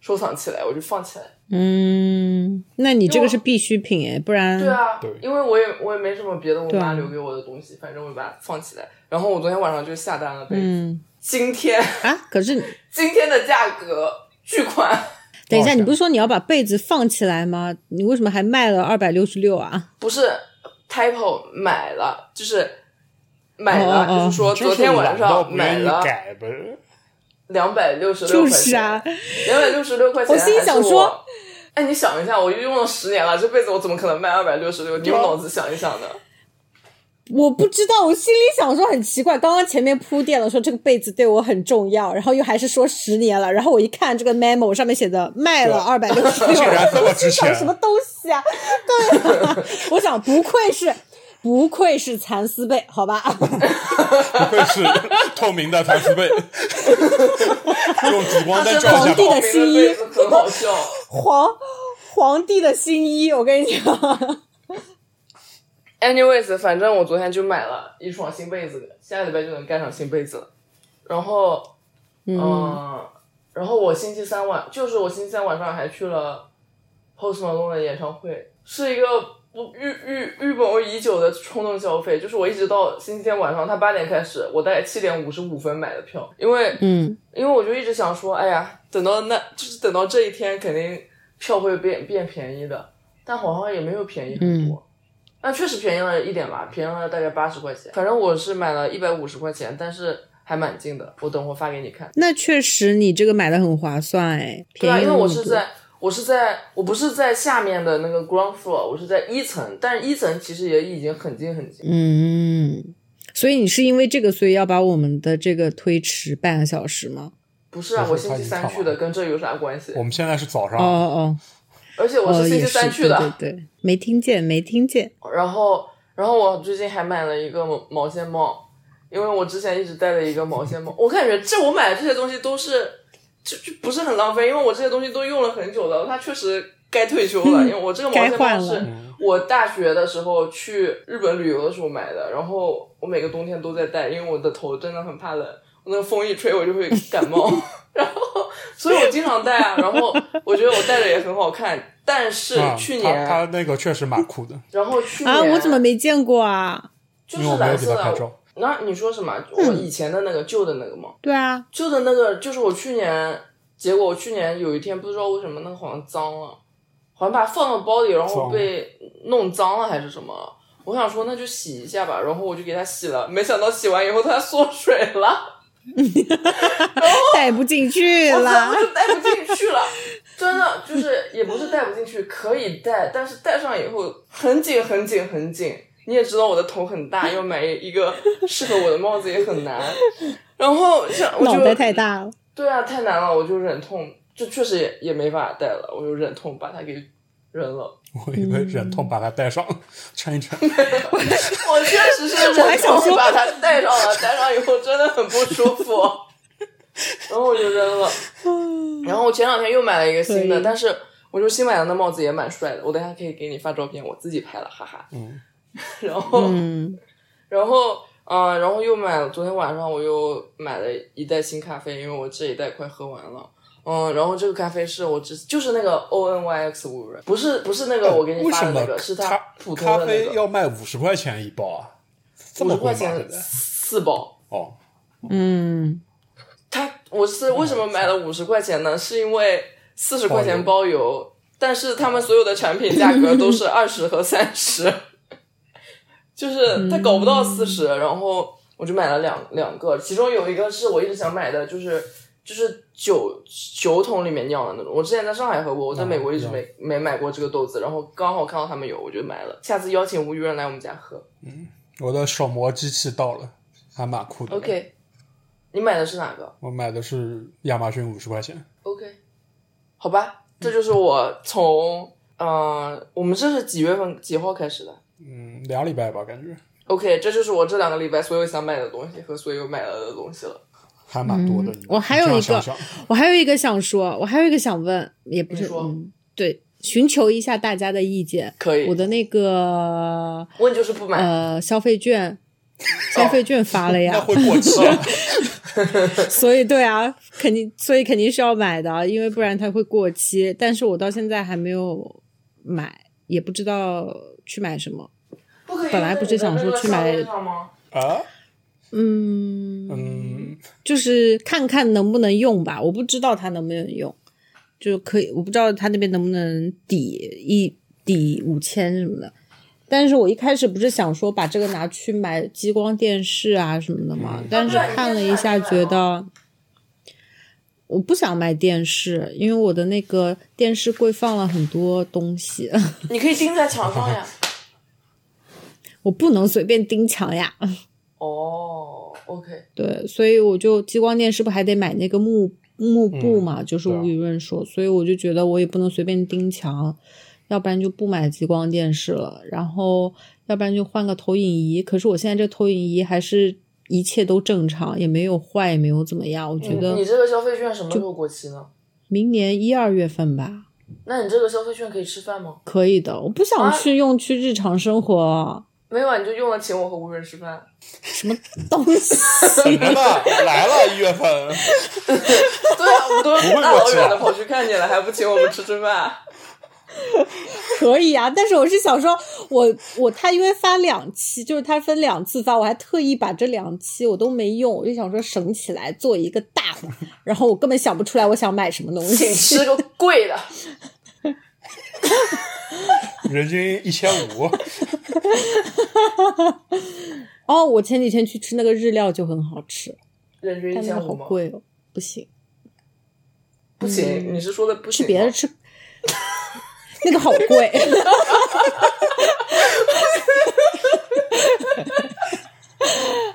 S1: 收藏起来，我就放起来。
S3: 嗯，那你这
S1: 因为我
S3: 个是必需品哎，不然
S1: 对啊，
S2: 对
S1: 因为我也我也没什么别的我
S3: 对啊
S1: 妈留给我的东西，反正我把它放起来。然后我昨天晚上就下单了被子，
S3: 嗯
S1: 今天
S3: 啊，可是
S1: 今天的价格巨款，
S3: 等一下，
S2: 哇
S3: 你不是说你要把被子放起来吗？你为什么还卖了二百六十六啊？
S1: 不是 typo 买了，就是买了，
S3: 哦哦哦
S1: 就是说昨天晚上买了
S2: 改呗，
S1: 两百六十六
S3: 就
S1: 块钱，
S3: 是啊，
S1: 两百六十六块钱，
S3: 我心里想
S1: 还
S3: 说
S1: 是我。哎，你想一下，我用了十年了，这辈子我怎么可能卖二百六十六？你用脑子想一想的。
S3: 我不知道，我心里想说很奇怪。刚刚前面铺垫了说这个被子对我很重要，然后又还是说十年了，然后我一看这个 memo 上面写的卖
S1: 啊
S3: 了二百六十六，
S2: 竟然这么值钱
S3: 想 什么东西啊？对啊，我想不愧是不愧是蚕丝被，好吧？
S2: 不愧是透明的蚕丝被， 用紫光灯照
S1: 皇
S2: 一下
S3: 皇帝
S2: 吧。
S3: 的新衣
S1: 被子很好笑，
S3: 皇皇帝的新衣，我跟你讲，
S1: Anyways，反正我昨天就买了一床新被子，下礼拜就能盖上新被子了。然后，嗯、然后我星期三晚，就是我星期三晚上还去了 Post Malone 的演唱会，是一个我预预预谋已久的冲动消费，就是我一直到星期天晚上，他八点开始，我大概七点五十五分买的票，因为
S3: 嗯，
S1: 因为我就一直想说，哎呀，等到那就是等到这一天，肯定票会变变便宜的，但好像也没有便宜很
S3: 嗯
S1: 多。那确实便宜了一点吧，便宜了大概八十块钱。反正我是买了一百五十块钱，但是还蛮近的。我等会发给你看。
S3: 那确实你这个买的很划算哎，
S1: 对
S3: 便
S1: 啊，
S3: 宜
S1: 因
S3: 了
S1: 为
S3: 那
S1: 我
S3: 么
S1: 是
S3: 多
S1: 在我是在我不是在下面的那个 ground floor，我是在一层，但是一层其实也已经很近很近。
S3: 嗯，所以你是因为这个，所以要把我们的这个推迟半个小时吗？
S1: 不是啊，
S2: 不
S1: 我
S2: 是
S1: 星期
S2: 他
S1: 三
S2: 已经
S1: 去的，跟这有啥关系
S2: 我？们现在是早
S3: 哦
S2: 上，
S3: 哦
S1: 而且
S3: 哦，
S1: 我
S3: 哦
S1: 是星
S3: 也
S1: 期
S3: 是
S1: 三去的。
S3: 对对对，没听见，没听见。
S1: 然后，然后我最近还买了一个毛毛线帽，因为我之前一直戴了一个毛线帽。我感觉这我买的这些东西都是，就就不是很浪费，因为我这些东西都用了很久了，它确实该退休了。因为我这 个毛线
S3: 嗯该换
S1: 帽
S3: 了嗯
S1: 是我大学的时候去日本旅游的时候买的，然后我每个冬天都在戴，因为我的头真的很怕冷。我那个风一吹，我就会感 冒，然后，所以我经常戴啊。然后我觉得我戴着也很好看，但是
S2: 啊
S1: 去
S2: 他
S1: 年，
S2: 他那个确实蛮酷的，
S1: 然后去年
S3: 啊，我怎么没见过啊？
S1: 就
S2: 因为我
S1: 是
S2: 没有
S1: 蓝
S2: 给
S1: 色
S2: 他拍
S1: 的。
S2: 照。
S1: 那你说什么？我以前的那个旧的那个吗？
S3: 对啊，
S1: 旧的那个就是我去年，结果我去年有一天不知道为什么那个好像脏了，好像把它放到包里，然后
S2: 脏了
S1: 被弄脏了还是什么了。我想说那就洗一下吧，然后我就给它洗了，没想到洗完以后它缩水了，
S3: 带不进去
S1: 我怎
S3: 啦
S1: 么。就戴不进去了？真的就是也不是戴不进去，可以戴，但是戴上以后很紧很紧很紧。你也知道我的头很大，要买一个适合我的帽子也很难。然后像我就
S3: 脑袋太大了，
S1: 对啊，太难了，我就忍痛，就确实也也没法戴了，我就忍痛把它给扔了。
S2: 我以为忍痛把它带上，撑 一撑。
S1: 我确实是
S3: 我还
S1: 忍
S3: 想
S1: 痛
S3: 说
S1: 把它戴上了，戴上以后真的很不舒 服，然后我就扔了。
S2: 嗯
S1: 然后我前两天又买了一个新
S3: 可
S1: 的，
S3: 以
S1: 但是我就新买的那帽子也蛮帅的，我等一下可以给你发照片，我自己拍了，哈哈。
S2: 嗯，
S1: 然后，
S3: 嗯，
S1: 然后，嗯、然后又买了。昨天晚上我又买了一袋新咖啡，因为我这一袋快喝完了。嗯，然后这个咖啡是我之就是那个 O N Y X 五人，不是不是那个我给你
S2: 呃为
S1: 发
S2: 什
S1: 的那
S2: 么
S1: 个，是它
S2: 咖
S1: 普通
S2: 咖
S1: 的
S2: 啡
S1: 那个
S2: 要卖五十块钱一包啊？这
S1: 五
S2: 么
S1: 十块
S2: 贵吗？
S1: 钱
S2: 现在
S1: 四包。
S2: 哦，
S3: 嗯，
S1: 它我是为什么买了五十块钱呢？是因为四十块钱包邮，但是他们所有的产品价格都是
S2: 嗯
S1: 二十和三十，
S2: 嗯
S1: 就是他搞不到四十，然后我就买了两两个，其中有一个是我一直想买的，就是就是酒酒桶里面酿的那种。我之前在上海喝过，
S2: 啊
S1: 我在美国一直没、没买过这个豆子，然后刚好看到他们有，我就买了。下次邀请吴愚人来我们家喝。
S2: 我的手磨机器到了，还蛮酷的。
S1: OK，你买的是哪个
S2: 我买的是亚马逊五十块钱，
S1: ？OK，好吧，这就是我从嗯、呃我们这是几月份几号开始的？
S2: 嗯，俩礼拜吧，感觉
S1: OK，这就是我这两个礼拜所有想买的东西和所有买了的东西了。
S2: 还蛮多的。
S3: 嗯
S2: 你
S3: 我还有
S2: 这样
S3: 一个
S2: 想想
S3: 我还有一个想说，我还有一个想问，也不
S1: 你
S3: 是
S1: 说
S3: 嗯，对，寻求一下大家的意见。
S1: 可以
S3: 我的那个
S1: 问就是不买，哦
S3: 呃消费券，消费券发了
S2: 那
S3: 呀，
S2: 会过期。
S3: 所以对啊，肯定，所以肯定是要买的，因为不然它会过期。但是我到现在还没有买，也不知道去买什么。
S1: 不可以
S3: 本来不是想说去买
S1: 在那个商店上吗
S2: 啊，
S3: 嗯，
S2: 嗯，
S3: 就是看看能不能用吧，我不知道它能不能用，就可以，我不知道它那边能不能抵一抵五千什么的。但是我一开始不是想说把这个拿去买激光电视啊什么的嘛，但是看了一下，觉得我不想买电视，因为我的那个电视柜放了很多东西，
S1: 你可以钉在墙上呀。
S3: 我不能随便钉墙呀。
S1: 哦，OK，
S3: 对，所以我就激光电视不还得买那个幕幕布
S2: 嗯
S3: 嘛，就是
S2: 对啊
S3: 吴宇润说，所以我就觉得我也不能随便钉墙，要不然就不买激光电视了，然后要不然就换个投影仪。可是我现在这投影仪还是一切都正常，也没有坏，也没有怎么样，我
S1: 你
S3: 觉
S1: 嗯你
S3: 得
S1: 这个消费券什么时候过期呢？
S3: 明年一二月份吧。
S1: 那你这个消费券可以吃饭吗？
S3: 可以的，我不想
S1: 啊
S3: 去用去日常生活、
S1: 没有啊，你就用了请我和吴润吃饭。
S3: 东西，
S2: 来吧，来了，一月份。
S1: 对啊，我们都
S2: 不会
S1: 大
S2: 过
S1: 老
S2: 期啊
S1: 远的跑去看你了，还不请我们吃吃饭？
S3: 可以啊，但 是我是想说，我我他因为发两期，就是他分两次发，我还特意把这两期我都没用，我就想说省起来做一个大的，然后我根本想不出来我想买什么东
S1: 请
S3: 西。
S1: 吃个贵的。
S2: 人均一千五，
S3: 哦，我前几天去吃那个日料就很好吃，
S1: 人均一
S3: 但那
S1: 千
S3: 个
S1: 五
S3: 好
S1: 吗？
S3: 贵哦，不行，
S1: 不行，你是说的不
S3: 去
S1: 行吗？
S3: 嗯别的吃，那个好贵。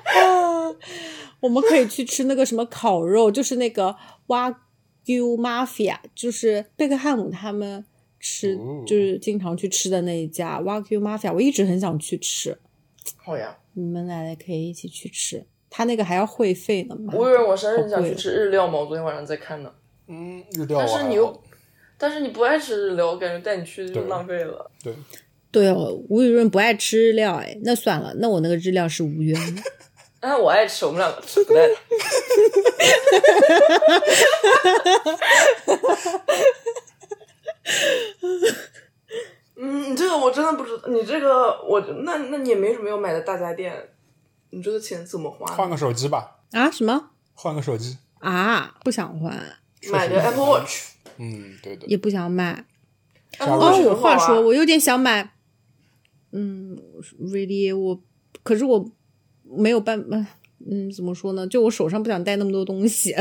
S3: 啊，我们可以去吃那个什么烤肉，就是那个 Wagyu Mafia，就是贝克汉姆他们吃，
S2: 哦
S3: 就是经常去吃的那一家 Wagyu Mafia，我一直很想去吃，
S1: 好呀，
S3: 你们奶奶可以一起去吃。他那个还要会费呢嘛？
S1: 吴润，我生日你
S3: 好
S1: 想
S3: 贵
S1: 去
S3: 哦
S1: 吃日料吗？我昨天晚上在看呢。
S2: 嗯，日料我
S1: 但
S2: 还好。
S1: 是你又，但是你不爱吃日料，我感觉带你去就浪费了。
S2: 对，
S3: 对哦，吴雨润不爱吃日料，哎，那算了，那我那个日料是无缘的。
S1: 啊，我爱吃，我们两个吃不带。 嗯，你这个我真的不知道，你这个我那那你也没什么要买的大家电，你这个钱怎么花
S2: 换
S1: 呢？
S2: 个手机吧，
S3: 啊？什么
S2: 换个手机。
S3: 啊？不想换，
S1: 买个 Apple Watch，
S2: 嗯，对的。
S3: 也不想买。
S1: Apple
S2: 哦
S3: 哦
S1: Watch，很好
S3: 我话
S1: 啊
S3: 说，我有点想买，嗯，really，我可是我没有办法，嗯，怎么说呢？就我手上不想带那么多东西。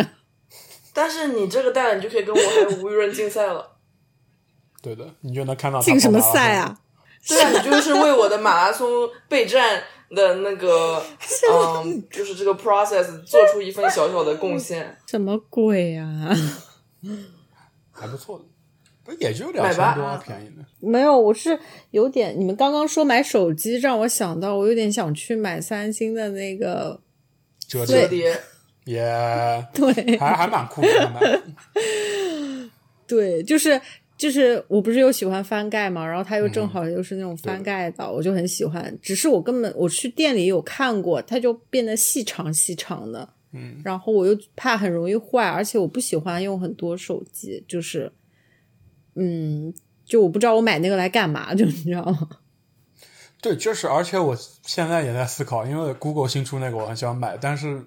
S1: 但是你这个带了，你就可以跟我还有吴雨润竞赛 了。
S2: 对的，你就能看到他
S3: 竞什么
S2: 跑马拉松
S3: 赛？啊？
S1: 对啊，你就是为我的马拉松备战的那 个，嗯，就是这个 process 做出一份小小的贡献。
S3: 什么鬼啊？
S2: 还不错的，不也就两千多，便宜的。
S3: 没有，我是有点，你们刚刚说买手机，让我想到我有点想去买三星的那个，
S2: 折
S1: 折
S2: 叠
S1: 叠，
S2: 也
S3: 对，
S2: 还还蛮酷的，还蛮
S3: 对，就是就是，我不是又喜欢翻盖嘛，然后它又正好又是那种翻盖的，我就很喜欢。只是我根本我去店里有看过，它就变得细长细长的，
S2: 嗯，
S3: 然后我又怕很容易坏，而且我不喜欢用很多手机，就是嗯，就我不知道我买那个来干嘛，就你知道吗？
S2: 对，就是而且我现在也在思考，因为 Google 新出那个我很想买，但是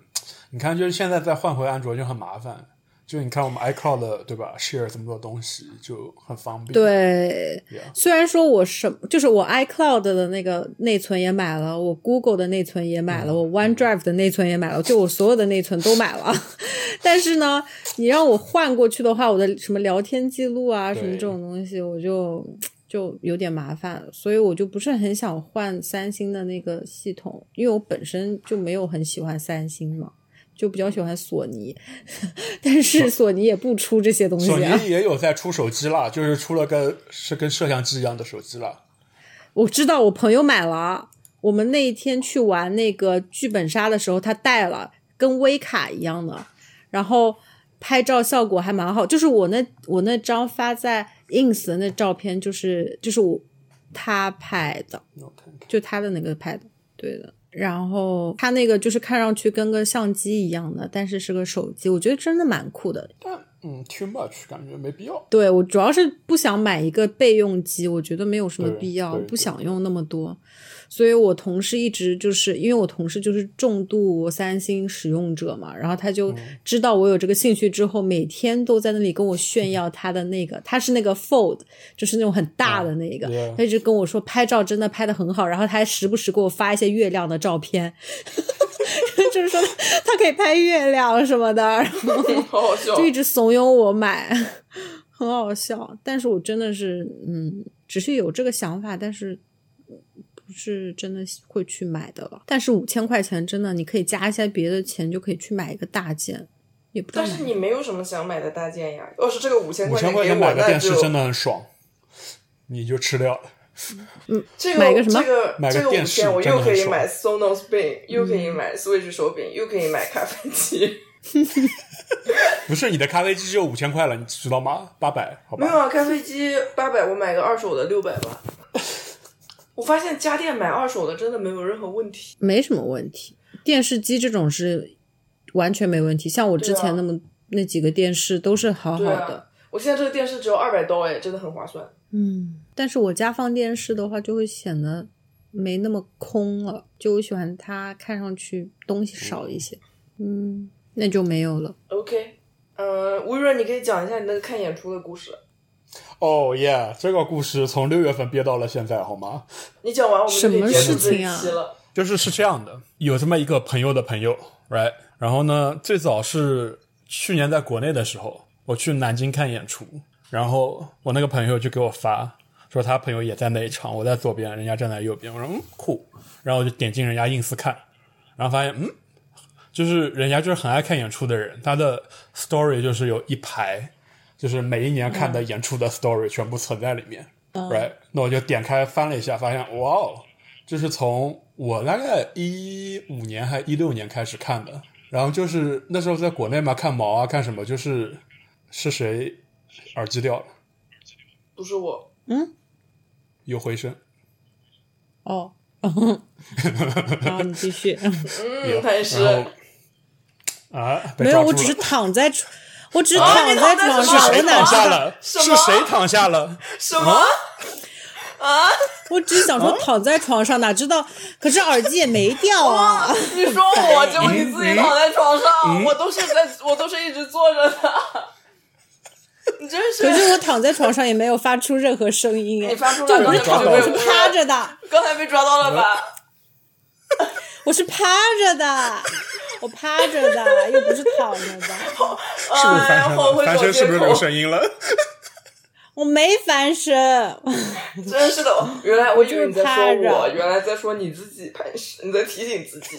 S2: 你看，就是现在再换回安卓就很麻烦。就你看我们 iCloud 的对吧，share 这么多东西就很方便。
S3: 对，
S2: Yeah，
S3: 虽然说我什就是我 iCloud 的那个内存也买了，我 Google 的内存也买了，
S2: 嗯
S3: 我 OneDrive 的内存也买了，就我所有的内存都买了。 但是呢，你让我换过去的话，我的什么聊天记录啊，
S2: 对
S3: 什么这种东西，我就就有点麻烦，所以我就不是很想换三星的那个系统，因为我本身就没有很喜欢三星嘛。就比较喜欢索尼， 但是索尼也不出这些东西
S2: 索
S3: 啊。
S2: 尼也有在出手机了，就是出了个是跟摄像机一样的手机了。
S3: 我知道我朋友买了，我们那一天去玩那个剧本杀的时候，他带了跟微卡一样的，然后拍照效果还蛮好。就是我那我那张发在 ins 的那照片，就是就是我他拍的，
S2: 我看看，
S3: 就他的那个拍的，对的。然后他那个就是看上去跟个相机一样的，但是是个手机，我觉得真的蛮酷的。
S2: 但嗯，too much 感觉没必要。
S3: 对我主要是不想买一个备用机，我觉得没有什么
S2: 对
S3: 必要，
S2: 对
S3: 不
S2: 对
S3: 想用那么多。所以我同事一直就是因为我同事就是重度三星使用者嘛，然后他
S2: 嗯
S3: 就知道我有这个兴趣之后，每天都在那里跟我炫耀他的那个，他是那个 Fold，就是那种很大的那个，
S2: 啊 Yeah
S3: 他一直跟我说拍照真的拍的很好，然后他还时不时给我发一些月亮的照片， 就是说他可以拍月亮什么的，然后
S1: 好好笑
S3: 就。一直怂恿我买，很好笑。但是我真的是，嗯，只是有这个想法，但是嗯不是真的会去买的了。但是五千块钱真的，你可以加一些别的钱，就可以去买一个大件，也不知道
S1: 但
S3: 买
S1: 是你没有什么想买的大件呀。要是这个五千
S2: 五千块
S1: 给
S2: 钱
S1: 我，
S2: 买个
S1: 那
S2: 电视
S1: 就
S2: 真的很爽，你就吃掉了。
S1: 这个
S3: 买个什么
S1: 这个
S2: 买个
S1: 这个五
S2: 电视
S1: 千，我
S2: 真
S1: 又
S2: 的很
S1: 可以
S2: 爽
S1: 买 Sonos 柄，又可
S3: 嗯
S1: 以买 Switch 手柄，又可以买咖啡机。
S2: 不是你的咖啡机只有五千块了，你知道吗？八百，好
S1: 没有
S2: 吧。
S1: 啊，咖啡机八百，我买个二手的六百 吧。我发现家电买二手的真的没有任何问题。
S3: 没什么问题。电视机这种是完全没问题，像我之
S1: 对啊
S3: 前那么、那几个电视都是好好
S1: 对
S3: 的。
S1: 啊，我现在这个电视只要二百刀，哎，真的很划算。
S3: 嗯，但是我家放电视的话，就会显得没那么空了，就我喜欢它看上去东西少一些。嗯，那就没有了。
S1: OK，呃，吴润，你可以讲一下你那个看演出的故事。
S2: 哦耶，这个故事从六月份憋到了现在，好吗？
S1: 你讲完我们就可以结
S3: 什
S1: 束
S3: 么
S1: 这
S3: 事
S1: 一
S3: 情啊
S1: 期了。
S2: 就是是这样的，有这么一个朋友的朋友，right？然后呢，最早是去年在国内的时候，我去南京看演出，然后我那个朋友就给我发说他朋友也在那一场，我在左边，人家站在右边，我说嗯酷，然后我就点进人家 ins 看，然后发现嗯，就是人家就是很爱看演出的人，他的 story 就是有一排，就是每一年看的演出的 story 全部存在里面、r
S1: 嗯
S2: i g h t 那我就点开翻了一下，发现哇哦。就是从我大概一五年还一六年开始看的，然后就是那时候在国内嘛，看毛啊，看什么，就是是谁耳机掉了，
S1: 不是我，
S2: 有回声，
S3: 哦，然后你继续，
S1: 嗯，他也是。
S2: 然后啊，被
S3: 没
S2: 抓
S3: 有，
S2: 住
S3: 我
S2: 了
S3: 只是躺在床，我只是
S1: 啊
S3: 躺
S1: 你躺
S3: 在
S1: 在
S3: 床
S1: 床上
S3: 上，我
S2: 谁
S3: 哪
S2: 躺
S3: 知
S2: 下
S3: 道？
S2: 了？
S1: 什么
S2: 是谁躺下了？
S1: 什么？啊？
S3: 我只是想说躺在床上，哪知道？可是耳机也没掉啊。
S1: 你说我，结果你自己躺在床
S2: 哎
S1: 上，我都是在，我都是一直坐着的。 你真
S3: 可
S1: 是，
S3: 是我躺在床上也没有发出任何声音，哎
S1: 你发出来
S3: 就我
S1: 了
S3: 不是
S1: 你
S3: 躺
S2: 抓
S3: 着，
S2: 到
S3: 我
S2: 了
S3: 是趴着的，
S1: 刚才被抓到了吧？
S3: 我是趴着的，我趴着的，又不是躺着
S2: 是
S3: 的。
S2: 不是
S1: 哎
S2: 翻
S1: 呀，
S2: 身
S1: 后
S2: 了？
S1: 悔
S2: 翻
S1: 找
S2: 身
S1: 借
S2: 是不是
S1: 口
S2: 有，声音了？
S3: 我没翻身，
S1: 真是的。原来我以为你在说
S3: 就是趴
S1: 我，
S3: 着
S1: 原来在说你自己潘石，你在提醒自己。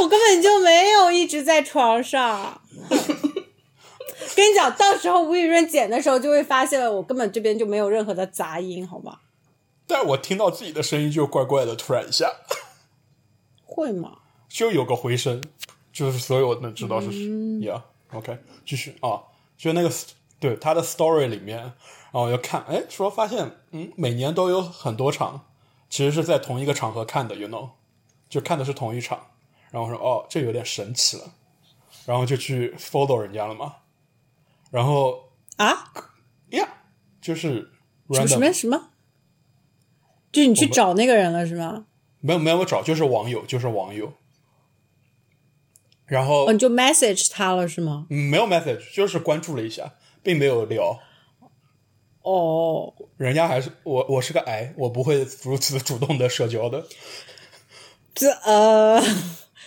S3: 我根本就没有一直在床上。跟你讲，到时候吴雨润剪的时候就会发现我根本这边就没有任何的杂音，好吗？
S2: 但我听到自己的声音就怪怪的，突然一下
S3: 会吗？
S2: 就有个回声，就是所有能知道是谁。Yeah，OK，、继续啊，就那个 st- 对他的 story 里面，然后我就看，哎，说发现，嗯，每年都有很多场，其实是在同一个场合看的，you know，就看的是同一场。然后我说，哦，这有点神奇了，然后就去 follow 人家了嘛。然后
S3: 啊？
S2: ，Yeah，就是
S3: 什么什么
S2: random，
S3: 什么？就是你去找那个人了是吗？
S2: 没有没有我找，就是网友，就是网友。然后
S3: 哦，你就 message 他了是吗？
S2: 嗯没有 message，就是关注了一下，并没有聊。
S3: 哦，
S2: 人家还是我，我是个癌，我不会如此主动的社交的，
S3: 这呃，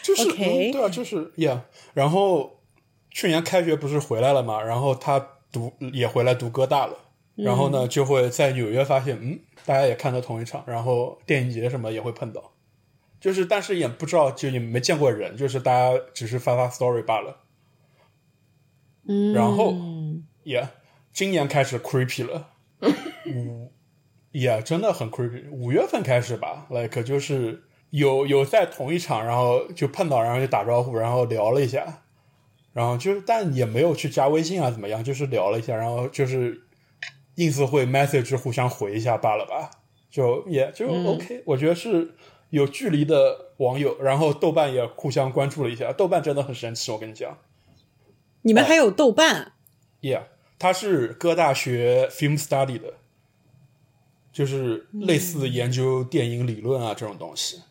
S2: 就是
S3: OK
S2: 嗯对啊，就是呀。Yeah, 然后去年开学不是回来了嘛，然后他读也回来读哥大了，然后呢就会在纽约发现，嗯，大家也看到同一场，然后电影节什么也会碰到，就是但是也不知道，就也没见过人，就是大家只是发发 story 罢了。
S3: 嗯，
S2: 然后也、今年开始 creepy 了，也真的很 creepy。五月份开始吧，like 就是有有在同一场，然后就碰到，然后就打招呼，然后聊了一下，然后就是但也没有去加微信啊怎么样，就是聊了一下，然后就是，ins 会 message 互相回一下罢了吧，就也就 OK，、我觉得是有距离的网友，然后豆瓣也互相关注了一下，豆瓣真的很神奇，我跟你讲。
S3: 你们还有豆瓣
S2: Yeah，他是哥大学 Film Study 的，就是类似研究电影理论啊这种东西。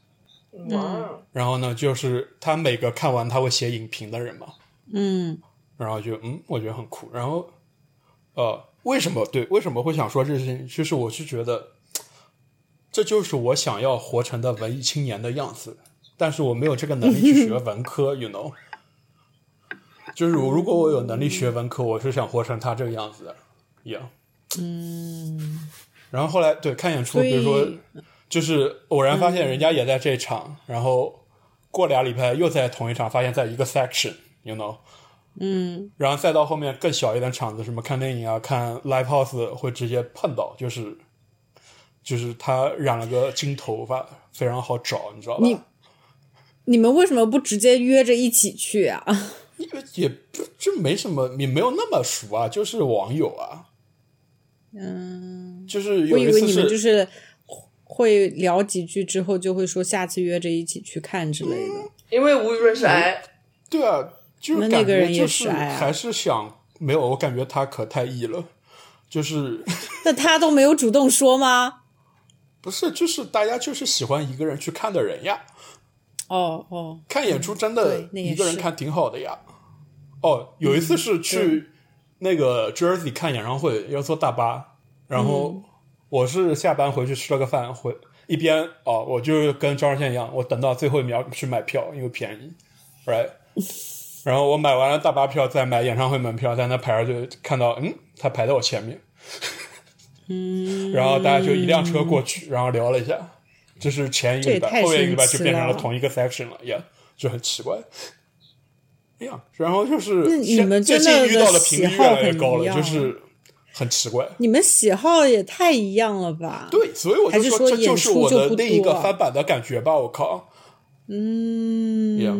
S3: 嗯
S1: 哇，哦
S2: 然后呢，就是他每个看完他会写影评的人嘛，
S3: 嗯，
S2: 然后就嗯，我觉得很酷。然后，呃，为什么对？为什么会想说这事情？就是我是觉得，这就是我想要活成的文艺青年的样子，但是我没有这个能力去学文科，you know。就是我如果我有能力学文科，我是想活成他这个样子的，yeah。嗯。
S3: 嗯
S2: 然后后来对看演出，
S3: 所以
S2: 比如说就是偶然发现人家也在这场，然后过俩礼拜又在同一场，发现在一个 section，you know。
S3: 嗯，
S2: 然后再到后面更小一点场子，什么看电影啊、看 live house 会直接碰到，就是就是他染了个金头发，非常好找，你知道吧？
S3: 你你们为什么不直接约着一起去啊？
S2: 因为也不就没什么，也没有那么熟啊，就是网友啊，
S3: 嗯，
S2: 就是有
S3: 我以
S2: 一
S3: 为
S2: 次
S3: 你们就是是会聊几句之后就会说下次约着一起去看之类的。
S1: 因为吴雨润
S3: 嗯
S1: 是哎癌，
S2: 对啊，就
S3: 那
S2: 是
S3: 那
S2: 感
S3: 个人
S2: 觉
S3: 也
S2: 就是是
S3: 哎呀
S2: 还是想没有，我感觉他可太 E 了，就是
S3: 那他都没有主动说吗？
S2: 不是就是大家就是喜欢一个人去看的人呀，
S3: 哦哦，
S2: 看演出真
S3: 嗯
S2: 的
S3: 对那也
S2: 一个人
S3: 是嗯
S2: 看挺好的呀。哦，有一次是去那个 Jersey 看演唱会，要坐大巴，然后
S3: 嗯
S2: 我是下班回去吃了个饭，回一边哦，我就跟张二线一样，我等到最后一秒去买票，因为便宜，right？然后我买完了大巴票，再买演唱会门票，在那排着队，看到嗯，他排在我前面，嗯，然后大家就一辆车过去，然后聊了一下，这是前一个礼
S3: 这也
S2: 拜，
S3: 太
S2: 后面一个礼拜
S3: 神
S2: 就
S3: 奇
S2: 变成了
S3: 了
S2: 同一个 section 了，呀、就很奇怪。哎呀，然后就是
S3: 那你
S2: 现
S3: 们
S2: 最
S3: 真的
S2: 近遇到
S3: 的
S2: 的
S3: 喜
S2: 频率越
S3: 好
S2: 来越
S3: 很
S2: 高
S3: 一
S2: 了，
S3: 样
S2: 就是很奇怪。
S3: 你们喜好也太一样了吧？，
S2: 对，所以我就
S3: 还是说
S2: 这
S3: 演
S2: 就是
S3: 出
S2: 我
S3: 就
S2: 的
S3: 不
S2: 另一个
S3: 多啊
S2: 翻版的感觉吧。我靠，
S3: 嗯
S2: Yeah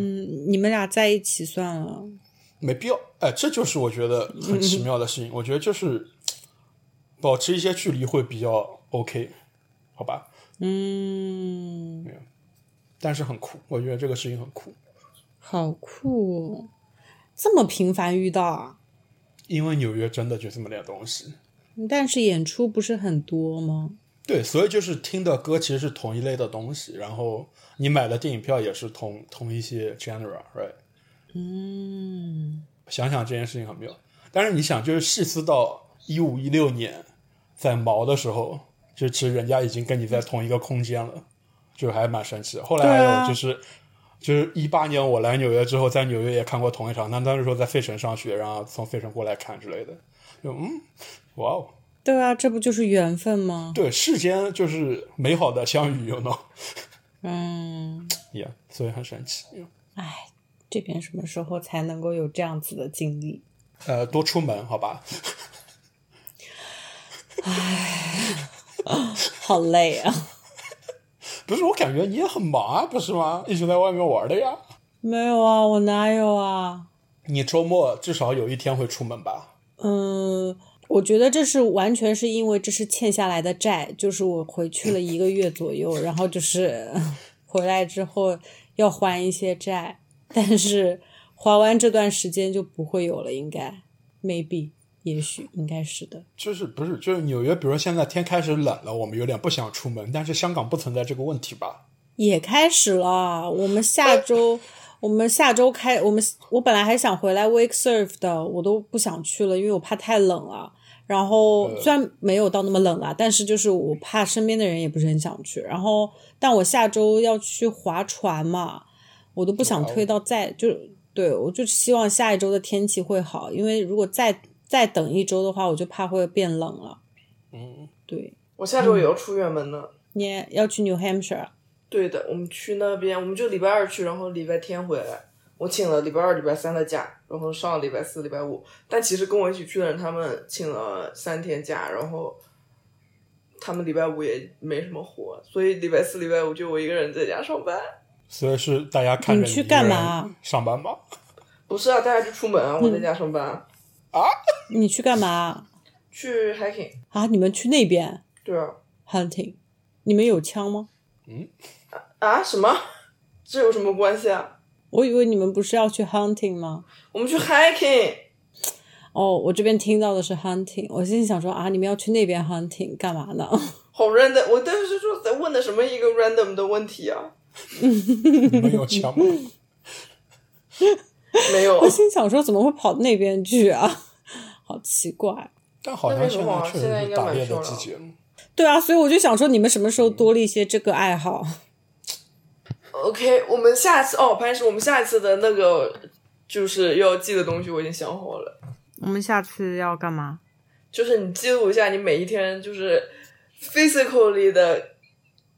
S3: 你们俩在一起算了。
S2: 没必要。哎，这就是我觉得很奇妙的事情。我觉得就是保持一些距离会比较 OK，好吧？
S3: 嗯，
S2: 但是很酷，我觉得这个事情很酷，
S3: 好酷、哦，这么频繁遇到啊？
S2: 因为纽约真的就这么点东西。
S3: 但是演出不是很多吗？
S2: 对，所以就是听的歌其实是同一类的东西，然后你买的电影票也是同同一些 genre，right？
S3: 嗯，
S2: 想想这件事情很妙。但是你想，就是细思到一五一六年，在毛的时候，就其实人家已经跟你在同一个空间了，就还蛮神奇的。后来
S3: 对啊
S2: 还有就是，就是一八年我来纽约之后，在纽约也看过同一场，但当时说在费城上学，然后从费城过来看之类的，就嗯，哇哦，
S3: 对啊，这不就是缘分吗？
S2: 对，世间就是美好的相遇，you know，
S3: 嗯，
S2: yeah, 所以很神奇。
S3: 哎，这边什么时候才能够有这样子的经历？
S2: 呃，多出门好吧？
S3: 好累啊！
S2: 不是，我感觉你也很忙啊，不是吗？一直在外面玩的呀。
S3: 没有啊，我哪有啊？
S2: 你周末至少有一天会出门吧？
S3: 嗯，我觉得这是完全是因为这是欠下来的债，就是我回去了一个月左右，然后就是 回来之后要还一些债，但是还完这段时间就不会有了，应该，maybe，也许应该是的。
S2: 就是不是就是纽约，比如说现在天开始冷了，我们有点不想出门，但是香港不存在这个问题吧？
S3: 也开始了，我们
S2: 哎
S3: 下周，我们下周开，我们我本来还想回来 wake surf 的，我都不想去了，因为我怕太冷了。然后
S2: 呃
S3: 虽然没有到那么冷啦，但是就是我怕身边的人也不是很想去。然后，但我下周要去划船嘛，我都不想
S2: 哇哦
S3: 推到再就对我就希望下一周的天气会好，因为如果再再等一周的话，我就怕会变冷了。
S2: 嗯，
S3: 对，
S1: 我下周也要出远门呢。
S3: 你也要去 New Hampshire，
S1: 对的，我们去那边，我们就礼拜二去，然后礼拜天回来。我请了礼拜二、礼拜三的假，然后上了礼拜四、礼拜五。但其实跟我一起去的人，他们请了三天假，然后他们礼拜五也没什么活，所以礼拜四、礼拜五就我一个人在家上班。
S5: 所以是大家看着
S3: 你去
S5: 一个人
S3: 干嘛啊
S5: 上班 吗？
S1: 不是啊，大家就出门啊，我在家上班啊，
S3: 你去干嘛
S1: 去 hiking。
S3: 啊？你们去那边
S1: 对啊，
S3: hunting？你们有枪吗？
S1: 啊什么？ 这有什么关系啊？
S3: 我以为你们不是要去 hunting 吗？
S1: 我们去 hiking。
S3: 哦，我这边听到的是 hunting，我心里想说啊，你们要去那边 hunting 干嘛呢？
S1: 好 random，我当时说在问的什么一个 random 的问题啊？
S5: 你们有 枪吗？
S1: 没有
S3: 我，心想说怎么会跑那边去啊？ 好奇怪。
S5: 但好像现在确
S1: 那
S5: 实
S1: 边
S5: 是
S1: 有啊
S5: 打猎
S1: 现在应该
S5: 的
S1: 蛮
S5: 季节了。
S3: 对啊，所以我就想说你们什么时候多了一些这个爱好？
S1: OK，我们下次哦，潘石，我们下一次的那个就是要记的东西我已经想好了，
S3: 我们下次要干嘛？
S1: 就是你记录一下你每一天就是 physically 的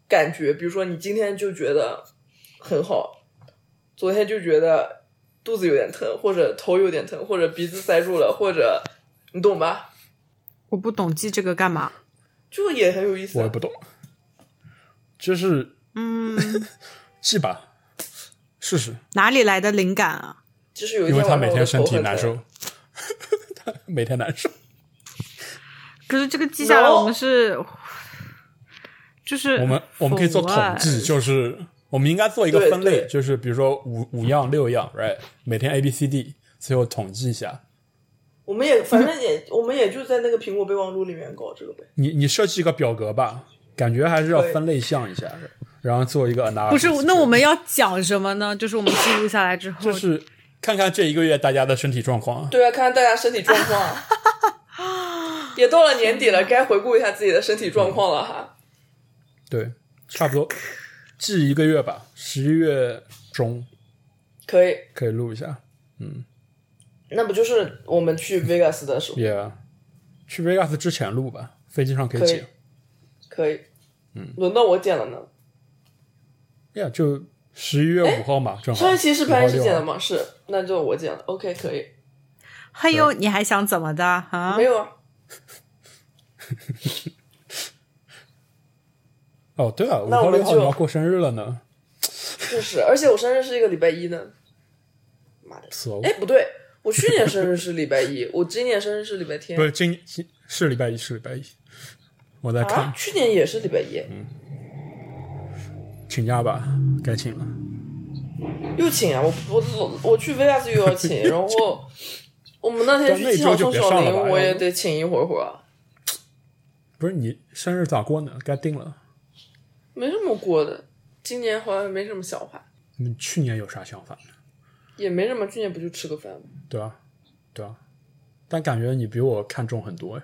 S1: 感觉，比如说你今天就觉得很好，昨天就觉得肚子有点疼，或者头有点疼，或者鼻子塞住了，或者你懂吧？
S3: 我不懂记这个干嘛。
S1: 就也很有意思
S2: 我
S1: 啊、
S2: 也不懂，就是
S3: 嗯，
S2: 记吧，试试，
S3: 哪里来的灵感啊？
S1: 就是有一
S2: 因为
S1: 天晚
S2: 他
S1: 上
S2: 每
S1: 我的
S2: 天身
S1: 头
S2: 体
S1: 很
S2: 难
S1: 疼
S2: 受， 他每天难受。
S3: 可是这个记
S1: No
S3: 是，就是
S2: 我们我们可以做
S3: 否
S2: 统
S3: 啊
S2: 计，就是我们应该做一个
S1: 对
S2: 分类，
S1: 对
S2: 就是比如说五五样六样，right？每天 A B C D，最后统计一下。
S1: 我们也反正也 我们也就在那个苹果备忘录里面搞这个呗。
S2: 你你设计一个表格吧，感觉还是要
S1: 对
S2: 分类项一下，然后做一个
S1: 啊
S2: analysis。
S3: 不是，那我们要讲什么呢？ 就是我们记录下来 之后，
S2: 就是看看这一个月大家的身体状况。
S1: 对啊，看看大家身体状况啊。 也到了年底了，该回顾一下自己的身体状况了哈。
S2: 对，差不多记一个月吧，十一月中
S1: 可以，
S2: 可以录一下。
S1: 那不就是我们去 Vegas 的时候？
S2: 也、去 Vegas 之前录吧，飞机上可以
S1: 可以
S2: 剪。
S1: 可以，
S2: 嗯
S1: 轮到我剪了呢。
S2: 呀、就十一月五号嘛，正好。
S1: 上一期是
S2: 5号
S1: 潘石
S2: 6号
S1: 剪的吗？是，那就我剪了。OK，可以。
S3: 嘿呦，你还想怎么的啊
S1: 没？有啊，
S2: 哦，对啊，五
S1: 那
S2: 号
S1: 我们
S2: 六号
S1: 就
S2: 你要过生日了呢，
S1: 确实，而且我生日是一个礼拜一呢。妈的，
S2: so
S1: 哎，不对，我去年生日是礼拜一， 我今年生日是礼拜天
S2: 不。是今今是礼拜一，是礼拜一，我在看、
S1: 啊，去年也是礼拜一，
S2: 请假吧，该请了。
S1: 又请啊！我我我我去 Vegas 又要 请，然后我们那天
S2: 但那
S1: 去
S2: 一
S1: 青岛送
S2: 周就别
S1: 小
S2: 上了
S1: 林，
S2: 吧哎
S1: 我
S2: 要
S1: 也
S2: 不
S1: 得请一会儿会儿啊，
S2: 不是你生日咋过呢？该定了。
S1: 没什么过的。今年好像没什么想法，
S2: 你去年有啥想法呢？
S1: 也没什么，去年不就吃个饭吗？
S2: 对啊，对啊，但感觉你比我看重很多哎。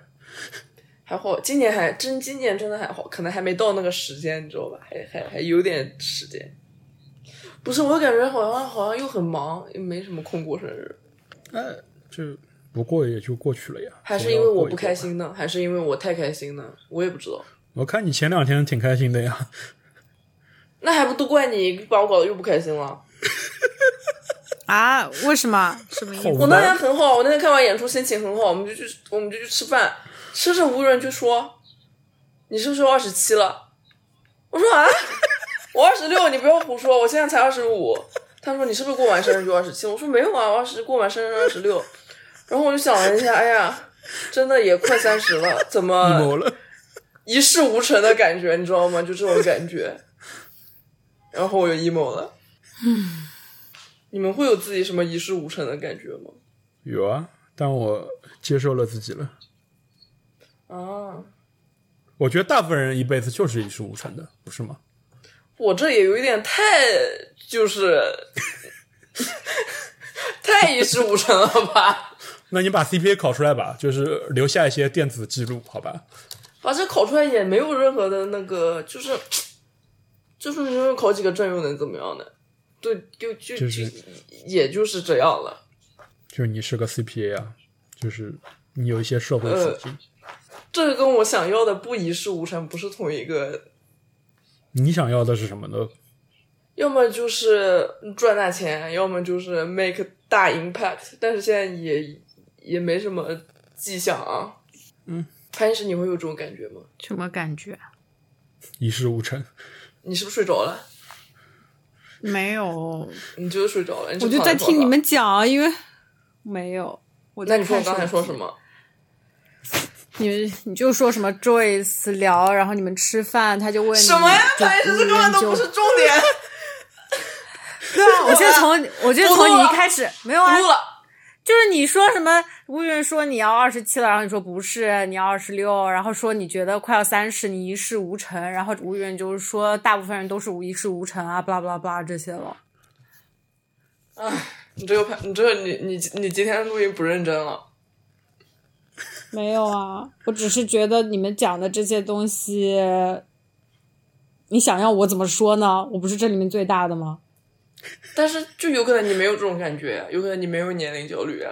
S1: 还好，今年还真今年真的还好，可能还没到那个时间，你知道吧？还还还有点时间。不是，我感觉好像好像又很忙，又没什么空过生日，
S2: 哎，就不过也就过去了呀。
S1: 还是
S2: 总要
S1: 因为我
S2: 过一
S1: 不
S2: 过
S1: 开心呢？还是因为我太开心呢？我也不知道。
S2: 我看你前两天挺开心的呀，
S1: 那还不都怪你把我搞得又不开心了？
S3: 啊，为什么？什么意思？
S1: 嗯我那天很好，我那天看完演出心情很好，我们就去我们就去吃饭，吃着无人就说：“你是不是二十七了？”我说啊， 我二十六，你不要胡说，我现在才二十五。他说你是不是过完生日就二十七？我说没有啊，我二十过完生日二十六。然后我就想了一下，哎呀，真的也快三十了，怎么
S2: 没了。
S1: 一事无成的感觉，你知道吗？就这种感觉。然后我就 emo 了。你们会有自己什么一事无成的感觉吗？
S2: 有啊，但我接受了自己了。
S1: 啊，
S2: 我觉得大部分人一辈子就是一事无成的，不是吗？
S1: 我这也有一点太就是 太一事无成了吧？
S2: 那你把 CPA 考出来吧，就是留下一些电子记录，好吧？
S1: 反正考出来也没有任何的那个，就是就是你说考几个证又能怎么样呢？对，就就
S2: 就是
S1: 就也就是这样了。
S2: 就是你是个 CPA 啊，就是你有一些社会属性。
S1: 这个跟我想要的不一事无成不是同一个，
S2: 你想要的是什么呢？
S1: 要么就是赚大钱，要么就是 make
S3: 嗯
S1: 大 impact，但是现在也也没什么迹象啊。潘是你会有这种感觉吗？
S6: 什么感觉？
S2: 一事无成。
S1: 你是不是睡着了？
S6: 没有，
S1: 你就是睡着了？你是
S3: 我就
S1: 躺
S3: 在
S1: 着
S3: 听
S1: 说
S3: 你
S1: 吧。
S3: 们讲，因为
S6: 没有。我
S1: 那
S6: 在
S1: 你说我
S6: 看
S1: 刚才
S6: 手
S1: 说
S6: 机
S1: 什？么？
S3: 你你就说什么 Joyce 聊，然后你们吃饭，他就问你
S1: 什么呀？
S3: 就
S1: 潘是这根本都不是重点。
S3: 对啊，我现在从我就从
S1: 不录
S3: 你一
S1: 了
S3: 开始没有
S1: 不
S3: 啊，
S1: 录了，
S3: 就是你说什么，吴云说你要二十七了，然后你说不是，你要二十六，然后说你觉得快要三十，你一事无成，然后吴云就是说大部分人都是无一事无成啊，巴拉巴拉巴拉这些了。
S1: 你这个潘，你这个你你你今天录音不认真了。
S3: 没有啊，我只是觉得你们讲的这些东西，你想要我怎么说呢？我不是这里面最大的吗？
S1: 但是就有可能你没有这种感觉，有可能你没有年龄焦虑啊。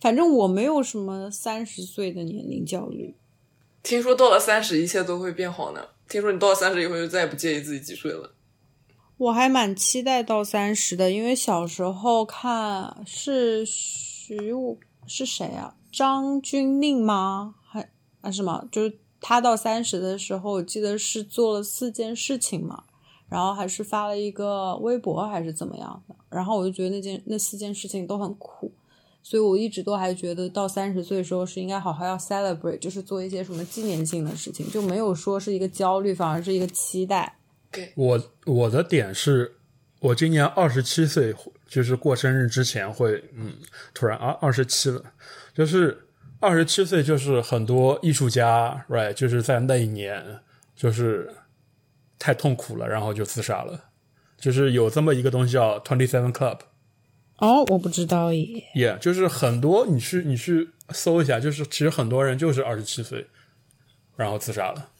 S3: 反正我没有什么三十岁的年龄焦虑。
S1: 听说到了三十，一切都会变好呢。听说你到了三十以后就再也不介意自己几岁了。
S3: 我还蛮期待到三十的，因为小时候看是徐武是谁啊？张钧甯吗？还啊什么？就是他到三十的时候，我记得是做了四件事情嘛，然后还是发了一个微博还是怎么样的，然后我就觉得那件那四件事情都很酷。所以我一直都还觉得到三十岁的时候是应该好好要 celebrate，就是做一些什么纪念性的事情，就没有说是一个焦虑，反而是一个期待。
S2: 我我的点是，我今年二十七岁，就是过生日之前会，嗯，突然啊，二十七了，就是二十七岁，就是很多艺术家，right，就是在那一年，就是太痛苦了，然后就自杀了，就是有这么一个东西叫 Twenty Seven Club。
S3: 哦，我不知道耶。
S2: Yeah，就是很多你去你去搜一下，就是其实很多人就是二十七岁，然后自杀了，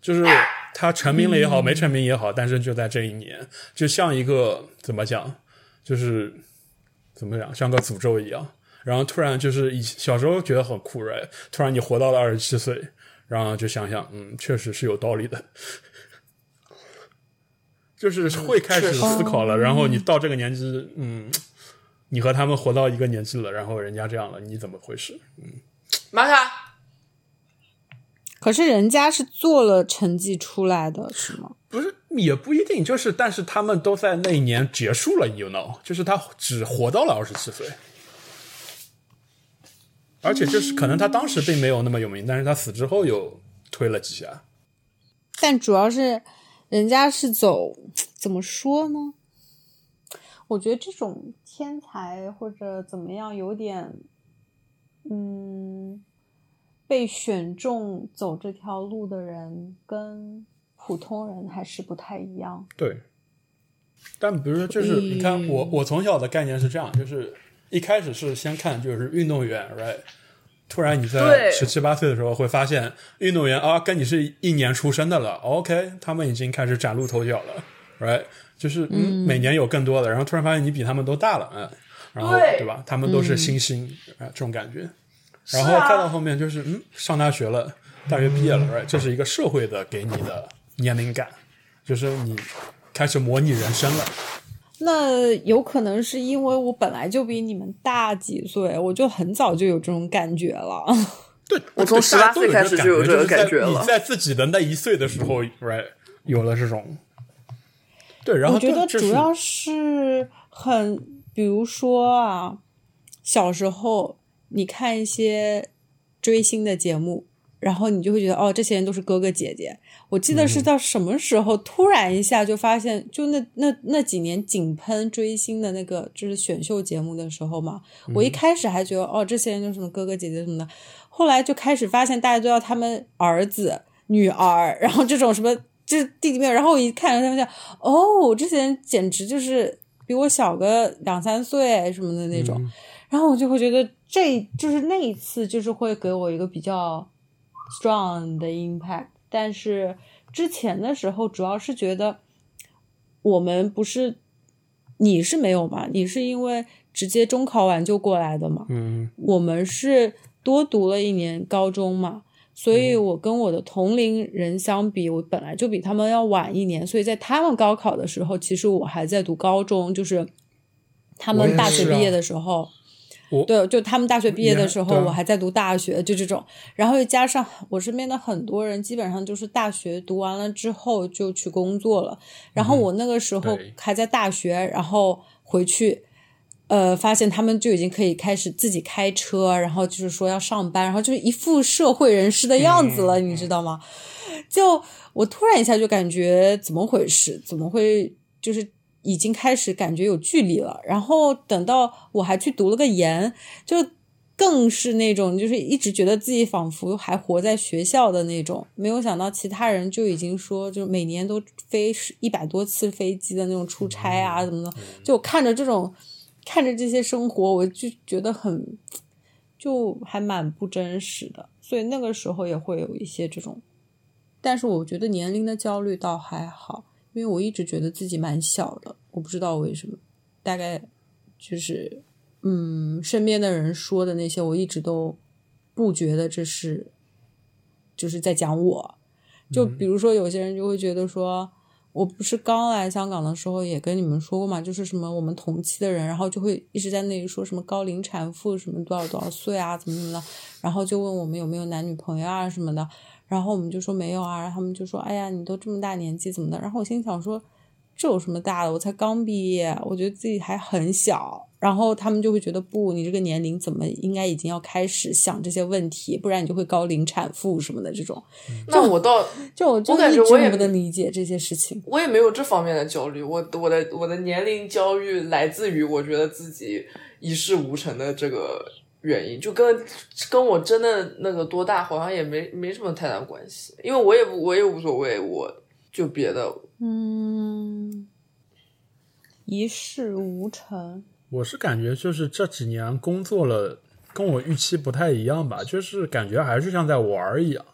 S2: 就是他成名了也好，
S1: 嗯
S2: 没成名也好，但是就在这一年，就像一个怎么讲，就是怎么讲，像个诅咒一样。然后突然就是以小时候觉得很酷 r 突然你活到了二十七岁，然后就想想，嗯，确实是有道理的。 就是会开
S1: 嗯
S2: 始
S1: 确实
S2: 思考了，然后你到这个年纪，嗯，你和他们活到一个年纪了，然后人家这样了，你怎么回事？
S1: 玛卡，
S3: 可是人家是做了成绩出来的，是吗？
S2: 不是，也不一定，就是，但是他们都在那一年结束了，you know，就是他只活到了二十七岁，而且就是可能他当时并没有那么有名，但是他死之后又推了几下。
S3: 但主要是人家是走怎么说呢？我觉得这种天才或者怎么样，有点嗯，被选中走这条路的人跟普通人还是不太一样。
S2: 对，但比如说，就是你看我，我从小的概念是这样，就是一开始是先看就是运动员，right？突然你在
S1: 对
S2: 十七八岁的时候会发现，运动员啊跟你是一年出生的了，OK，他们已经开始崭露头角了，right？就是嗯，每年有更多的，然后突然发现你比他们都大了，嗯，然后
S1: 对嗯
S2: 对吧？他们都是新星，啊，这种感觉。然后
S1: 是啊
S2: 再到后面就是，嗯，上大学了，大学毕业了，right？这是一个社会的给你的年龄感，就是你开始模拟人生了。
S3: 那有可能是因为我本来就比你们大几岁，我就很早就有这种感觉了。
S2: 对，
S1: 我从
S2: 大家
S1: 18
S2: 都有
S1: 岁开始
S2: 这
S1: 就有
S2: 个
S1: 这个
S2: 感
S1: 感觉
S2: 觉就是在
S1: 了
S2: 你在自己的那一岁的时候，right，有了这种。对，然后
S3: 我觉
S2: 对
S3: 得
S2: 就
S3: 主
S2: 是
S3: 要是很，比如说啊，小时候你看一些追星的节目，然后你就会觉得哦，这些人都是哥哥姐姐。我记得是
S2: 嗯
S3: 到什么时候，突然一下就发现，就那那那几年井喷追星的那个就是选秀节目的时候嘛，我一开始还觉得哦，这些人就是什么哥哥姐姐什么的，后来就开始发现大家都要他们儿子、女儿，然后这种什么就是弟弟妹妹，然后我一看他们像哦，这些人简直就是比我小个两三岁什么的那种，然后我就会觉得这就是那一次就是会给我一个比较 strong 的 impact，但是之前的时候主要是觉得我们不是你是没有嘛，你是因为直接中考完就过来的嘛，
S2: 嗯，
S3: 我们是多读了一年高中嘛，所以我跟我的同龄人相比，我本来就比他们要晚一年，所以在他们高考的时候，其实我还在读高中，就是他
S2: 我也
S3: 们
S2: 是
S3: 大学毕业
S2: 啊
S3: 的时候，
S4: 我
S3: 对，就他们大学毕业的时候，
S4: 也对
S3: 我还在读大学，就这种。然后又加上我身边的很多人，基本上就是大学读完了之后就去工作了。然后我那个时候
S4: 对
S3: 还在大学，然后回去，呃，发现他们就已经可以开始自己开车，然后就是说要上班，然后就是一副社会人士的样子了，你知道吗？就我突然一下就感觉怎么回事？怎么会就是已经开始感觉有距离了？然后等到我还去读了个研，就更是那种就是一直觉得自己仿佛还活在学校的那种，没有想到其他人就已经说，就每年都飞一百多次飞机的那种出差啊，怎么的，就看着这种看着这些生活，我就觉得很就还蛮不真实的，所以那个时候也会有一些这种，但是我觉得年龄的焦虑倒还好，因为我一直觉得自己蛮小的，我不知道为什么，大概就是嗯，身边的人说的那些，我一直都不觉得这是就是在讲我。就比如说，有些人就会觉得说，我不是刚来香港的时候也跟你们说过嘛，就是什么我们同期的人，然后就会一直在那里说什么高龄产妇什么多少多少岁啊，怎么怎么的，然后就问我们有没有男女朋友啊什么的，然后我们就说没有啊，然后他们就说哎呀，你都这么大年纪怎么的，然后我心想说这有什么大的，我才刚毕业，我觉得自己还很小，然后他们就会觉得不，你这个年龄怎么应该已经要开始想这些问题，不然你就会高龄产妇什么的这种，
S1: 那我倒
S3: 就我就
S1: 我感
S3: 一
S1: 觉我
S3: 直
S1: 也
S3: 不能理解这些事情。
S1: 我也没有这方面的焦虑，我我的我的年龄焦虑来自于我觉得自己一事无成的这个原因，就跟跟我真的那个多大好像也没没什么太大关系，因为我也不我也无所谓，我就别的
S3: 嗯，一事无成。
S4: 我是感觉就是这几年工作了，跟我预期不太一样吧，就是感觉还是像在玩儿一样，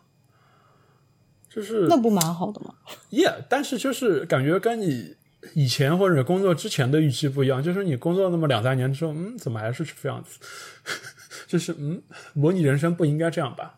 S4: 就是
S3: 那不蛮好的吗？
S4: Yeah，但是就是感觉跟你以前或者工作之前的预期不一样，就是你工作那么两三年之后，嗯，怎么还是这样子？ 就是嗯，模拟人生不应该这样吧？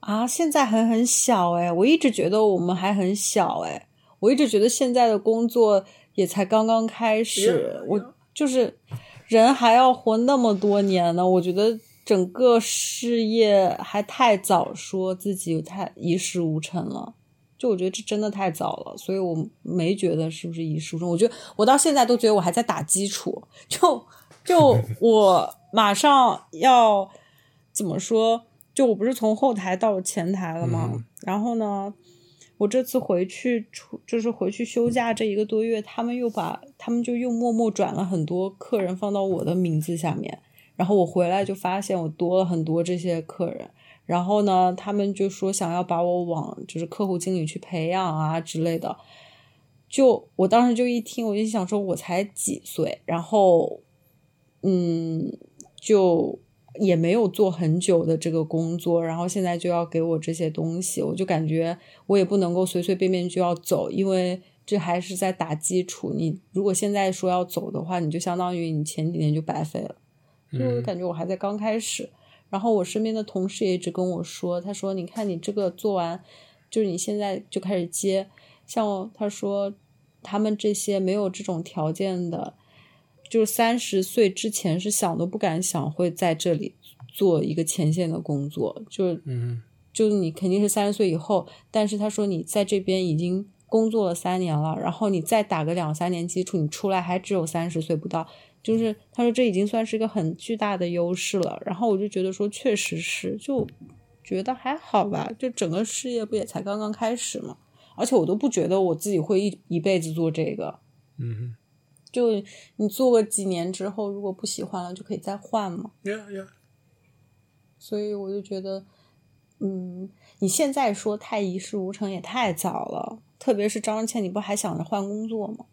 S3: 啊，现在还很小哎，我一直觉得我们还很小哎，我一直觉得现在的工作也才刚刚开始
S4: Yeah,
S3: 我就是人还要活那么多年呢，我觉得整个事业还太早说自己太一事无成了。就我觉得这真的太早了，所以我没觉得是不是一事无成。我觉得我到现在都觉得我还在打基础，就就我马上要怎么说？就我不是从后台到前台了吗？
S2: 嗯
S3: 然后呢，我这次回去出就是回去休假这一个多月，他们又把他们就又默默转了很多客人放到我的名字下面，然后我回来就发现我多了很多这些客人。然后呢，他们就说想要把我往就是客户经理去培养啊之类的。就我当时就一听，我就想说，我才几岁，然后，嗯，就也没有做很久的这个工作，然后现在就要给我这些东西，我就感觉我也不能够随随便便就要走，因为这还是在打基础。你如果现在说要走的话，你就相当于你前几年就白费了。
S4: 嗯
S3: 所以
S2: 嗯
S3: 我就感觉我还在刚开始。然后我身边的同事也一直跟我说，他说：“你看你这个做完，就是你现在就开始接，像我他说他们这些没有这种条件的，就是三十岁之前是想都不敢想会在这里做一个前线的工作，就是
S4: 嗯，
S3: 就是你肯定是三十岁以后，但是他说你在这边已经工作了三年了，然后你再打个两三年基础，你出来还只有三十岁不到，就是他说这已经算是一个很巨大的优势了。然后我就觉得说，确实是，就觉得还好吧，就整个事业不也才刚刚开始嘛，而且我都不觉得我自己会一一辈子做这个，
S4: 嗯
S3: 就你做个几年之后，如果不喜欢了，就可以再换嘛。
S4: 哼，Yeah Yeah，
S3: 所以我就觉得，嗯，你现在说太一事无成也太早了，特别是张倩，你不还想着换工作吗？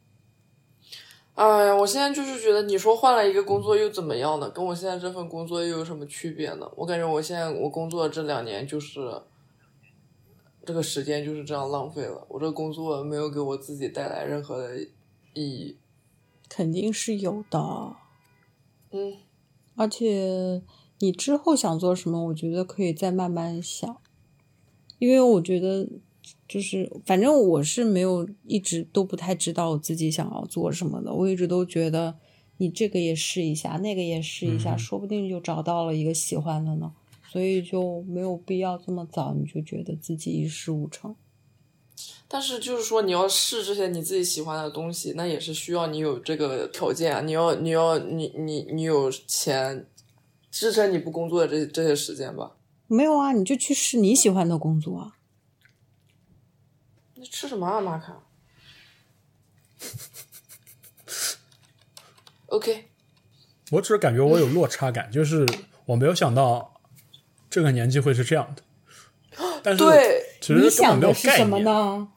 S1: 哎呀，我现在就是觉得你说换了一个工作又怎么样呢？跟我现在这份工作又有什么区别呢？我感觉我现在我工作这两年就是这个时间就是这样浪费了，我这个工作没有给我自己带来任何的意义。
S3: 肯定是有的，
S1: 嗯，
S3: 而且你之后想做什么，我觉得可以再慢慢想，因为我觉得就是反正我是没有一直都不太知道我自己想要做什么的，我一直都觉得你这个也试一下，那个也试一下，
S4: 嗯
S3: 说不定就找到了一个喜欢的呢。所以就没有必要这么早你就觉得自己一事无成。
S1: 但是就是说，你要试这些你自己喜欢的东西，那也是需要你有这个条件啊，你要你要你你你有钱支撑你不工作的这这些时间吧。
S3: 没有啊，你就去试你喜欢的工作啊。
S1: 那吃什么啊，玛卡？OK，
S4: 我只是感觉我有落差感，就是我没有想到这个年纪会是这样的。但是
S1: 对，
S4: 其实
S3: 你
S4: 根本
S3: 想
S4: 没有
S3: 的是
S4: 概
S3: 什么
S4: 念，
S3: 呢？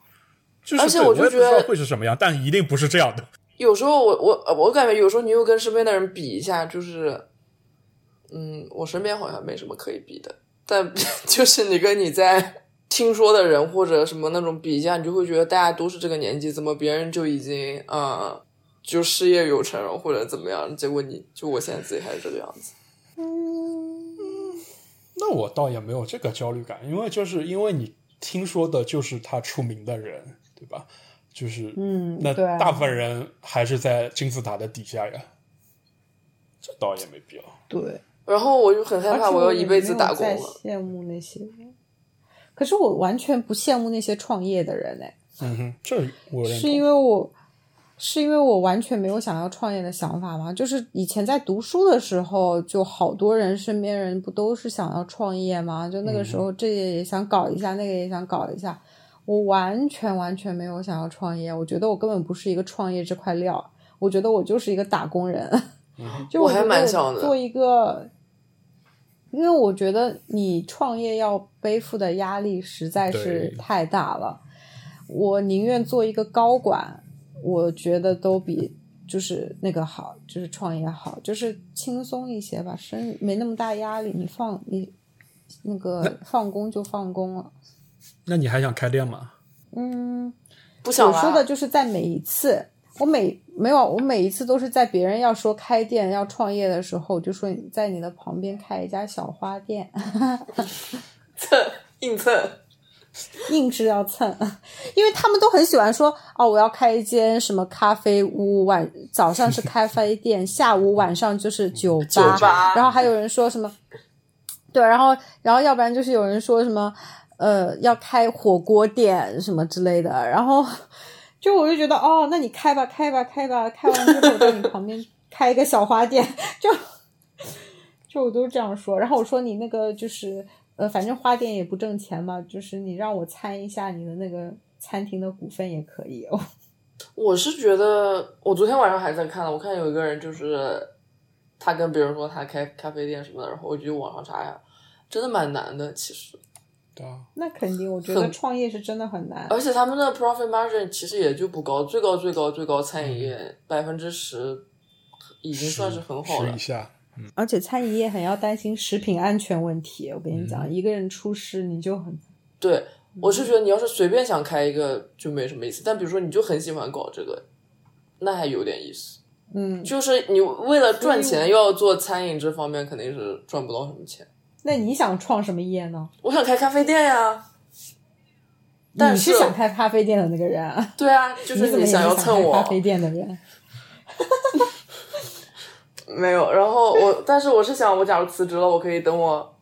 S4: 就是
S1: 而且
S4: 对
S1: 我
S4: 我
S1: 就
S4: 也不
S1: 觉
S4: 知道
S1: 得
S4: 会是什么样，但一定不是这样的。
S1: 有时候我我呃我感觉有时候你又跟身边的人比一下，就是，嗯，我身边好像没什么可以比的，但 就是你跟你在听说的人或者什么那种比一下，你就会觉得大家都是这个年纪，怎么别人就已经呃就事业有成了或者怎么样，结果你就我现在自己还是这个样子。
S2: 那我倒也没有这个焦虑感，因为就是因为你听说的就是他出名的人，对吧？就是
S3: 嗯
S2: 那
S3: 对啊
S2: 大部分人还是在金字塔的底下呀，这倒也没必要。
S3: 对，
S1: 然后我就很害怕，
S3: 而且
S1: 我要
S3: 也
S1: 一辈子
S3: 没有
S1: 打工
S3: 再
S1: 了。
S3: 羡慕那些人，可是我完全不羡慕那些创业的人哎，
S2: 嗯哼，这我认
S3: 是
S2: 同。
S3: 因为我是因为我完全没有想要创业的想法吗？就是以前在读书的时候，就好多人身边人不都是想要创业吗？就那个时
S2: 嗯
S3: 候，这个也想搞一下，那个也想搞一下。我完全完全没有想要创业，我觉得我根本不是一个创业这块料，我觉得我就是一个打工人。就
S2: 嗯
S1: 我
S3: 觉
S1: 还
S3: 得
S1: 蛮想的
S3: 做一个，因为我觉得你创业要背负的压力实在是
S4: 对
S3: 太大了，我宁愿做一个高管，我觉得都比就是那个好，就是创业好，就是轻松一些吧，生没那么大压力，你放你那个放工就放工了。
S4: 那你还想开店吗？
S3: 嗯，
S1: 不想
S3: 我说的
S1: 了，
S3: 就是在每一次，我每没有，我每一次都是在别人要说开店要创业的时候，我就说你在你的旁边开一家小花店，
S1: 硬蹭。
S3: 硬是要蹭，因为他们都很喜欢说哦，我要开一间什么咖啡屋，晚早上是咖啡店，下午晚上就是酒吧，
S1: 酒吧
S3: 然后还有人说什么，对，然后然后要不然就是有人说什么，呃，要开火锅店什么之类的，然后就我就觉得哦，那你开吧，开吧，开吧，开完之后在你旁边开一个小花店，就 就我都这样说，然后我说你那个就是呃，反正花店也不挣钱嘛，就是你让我参一下你的那个餐厅的股份也可以哦。
S1: 我是觉得，我昨天晚上还在看呢。我看有一个人就是，他跟别人说他开咖啡店什么的，然后我就网上查呀，真的蛮难的其实。
S2: 对啊，
S3: 那肯定，我觉得
S1: 很
S3: 创业是真的很难。
S1: 而且他们的 profit margin 其实也就不高，最高最高最高餐饮业百分之十，已经算是很好
S2: 试
S1: 了
S2: 一。下，
S3: 而且餐饮业很要担心食品安全问题。我跟你讲，一个人出事你就很
S1: 对，嗯我是觉得你要是随便想开一个就没什么意思，但比如说你就很喜欢搞这个，那还有点意思。
S3: 嗯。
S1: 就是你为了赚钱又要做餐饮这方面，肯定是赚不到什么钱。
S3: 那你想创什么业呢？
S1: 我想开咖啡店呀、但
S3: 你
S1: 是
S3: 是想开咖啡店的那个人啊，
S1: 对啊，就
S3: 你
S1: 是
S3: 怎么也是
S1: 想要
S3: 想
S1: 蹭
S3: 开
S1: 我
S3: 咖，啡店的人？
S1: 没有。然后我，但是我是想，我假如辞职了，我可以等我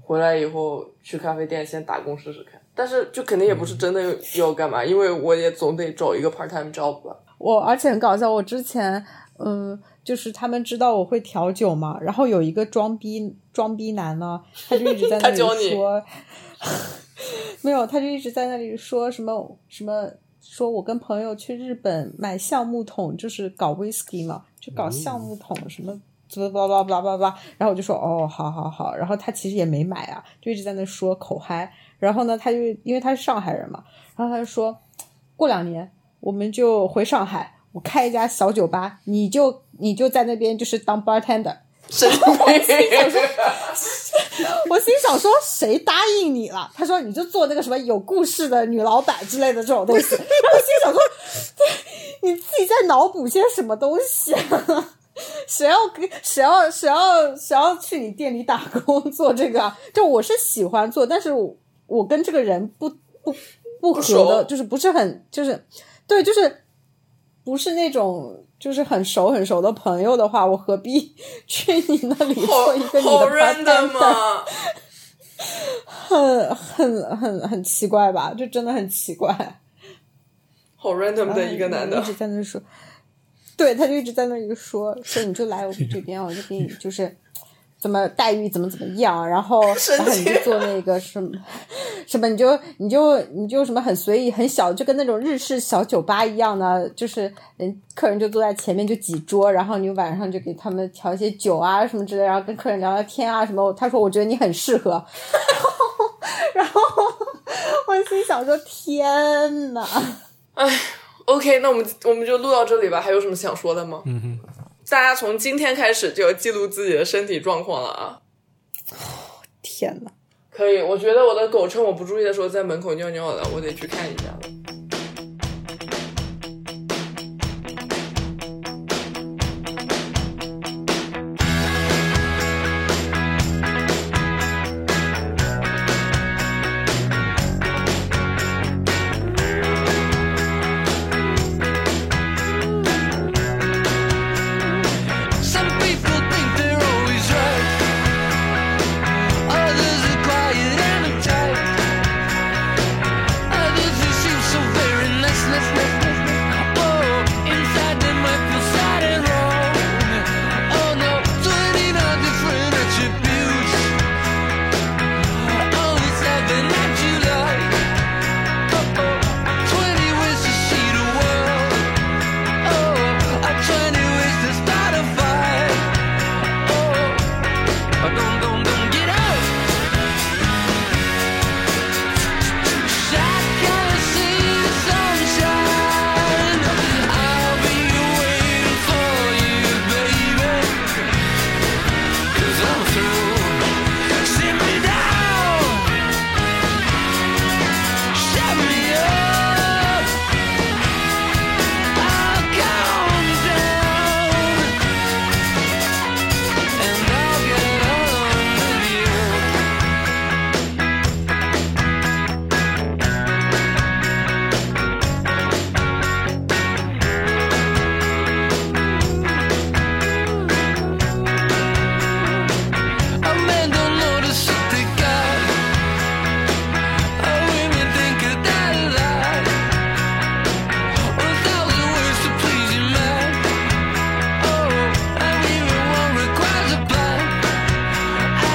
S1: 回来以后去咖啡店先打工试试看。但是就肯定也不是
S3: 嗯
S1: 真的要干嘛，因为我也总得找一个 part time job 吧。
S3: 我而且很搞笑，我之前嗯，就是他们知道我会调酒嘛，然后有一个装逼装逼男呢，他就一直在那
S1: 他教
S3: 里
S1: 你
S3: 说， 没有，他就一直在那里说什么什么，说我跟朋友去日本买橡木桶，就是搞 whisky 嘛，就搞橡木桶什么。巴拉巴拉巴拉巴拉，然后我就说哦，好好好，然后他其实也没买啊，就一直在那说口嗨，然后呢，他就因为他是上海人嘛，然后他就说，过两年我们就回上海，我开一家小酒吧，你就你就在那边就是当 bartender。
S1: 神经病！
S3: 我心想说，谁答应你了？他说你就做那个什么有故事的女老板之类的这种东西。然后我心想说，对，你自己在脑补些什么东西、啊？谁要给谁要谁要谁要去你店里打工做这个啊？就我是喜欢做，但是我我跟这个人不不不合
S1: 熟
S3: 的，就是不是很就是对，就是不是那种就是很熟很熟的朋友的话，我何必 去你那里做一个你
S1: 好啊
S3: 的
S1: 认的
S3: bartender？
S1: 嘛，
S3: 很很很很奇怪吧？就真的很奇怪。
S1: 好 random 的
S3: 然后
S1: 一个男的
S3: 啊一，直在那说，对，他就一直在那里说说你就来我们这边，我就 给你就是怎么待遇怎么怎么样，然后
S1: 神
S3: 然后你
S1: 经
S3: 就做那个什么什么，你就你就你就什么很随意很小，就跟那种日式小酒吧一样的，就是人客人就坐在前面就几桌，然后你晚上就给他们调一些酒啊什么之类，然后跟客人聊聊天啊什么。他说我觉得你很适合， 然后然后我心想说天呐。
S1: 哎，OK，那我们我们就录到这里吧。还有什么想说的吗？嗯
S2: 哼，
S1: 大家从今天开始就要记录自己的身体状况了啊。
S3: 天呐！
S1: 可以，我觉得我的狗趁我不注意的时候在门口尿尿了，我得去看一下了。
S7: Some people think they're always right. Others are quiet and uptight. Others who seem so very nice, nice, nice, nice, nice. Oh, inside they might feel sad and wrong. Oh no, 29 different attributes. Only seven that you like. Oh, oh, 20 ways to see the world. Oh, I try new ways to start a fight. Oh, don't, don't, don't get out. I gotta see the sunshine. I'll be waiting for you, baby. Cause I'm through. Sit me down. Shut me up. I'll calm down and I'll get on with you. A man don't notice what they got. A women think of that a lot. One thousand words to please your mind. Oh, and even one requires a plan.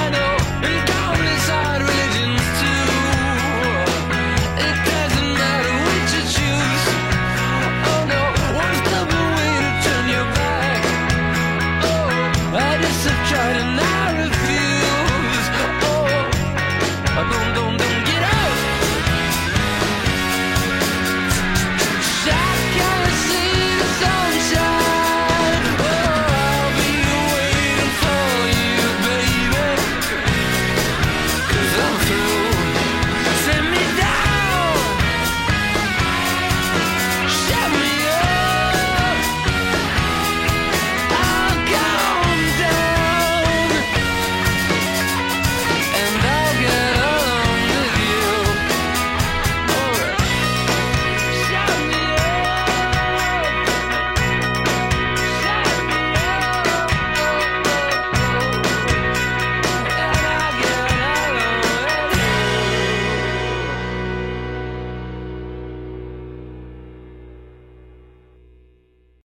S7: I know, and God is hard religions too. It doesn't matter which you choose. Oh no, one stubborn way to turn your back. Oh, I just have tried and I Oh, Oh.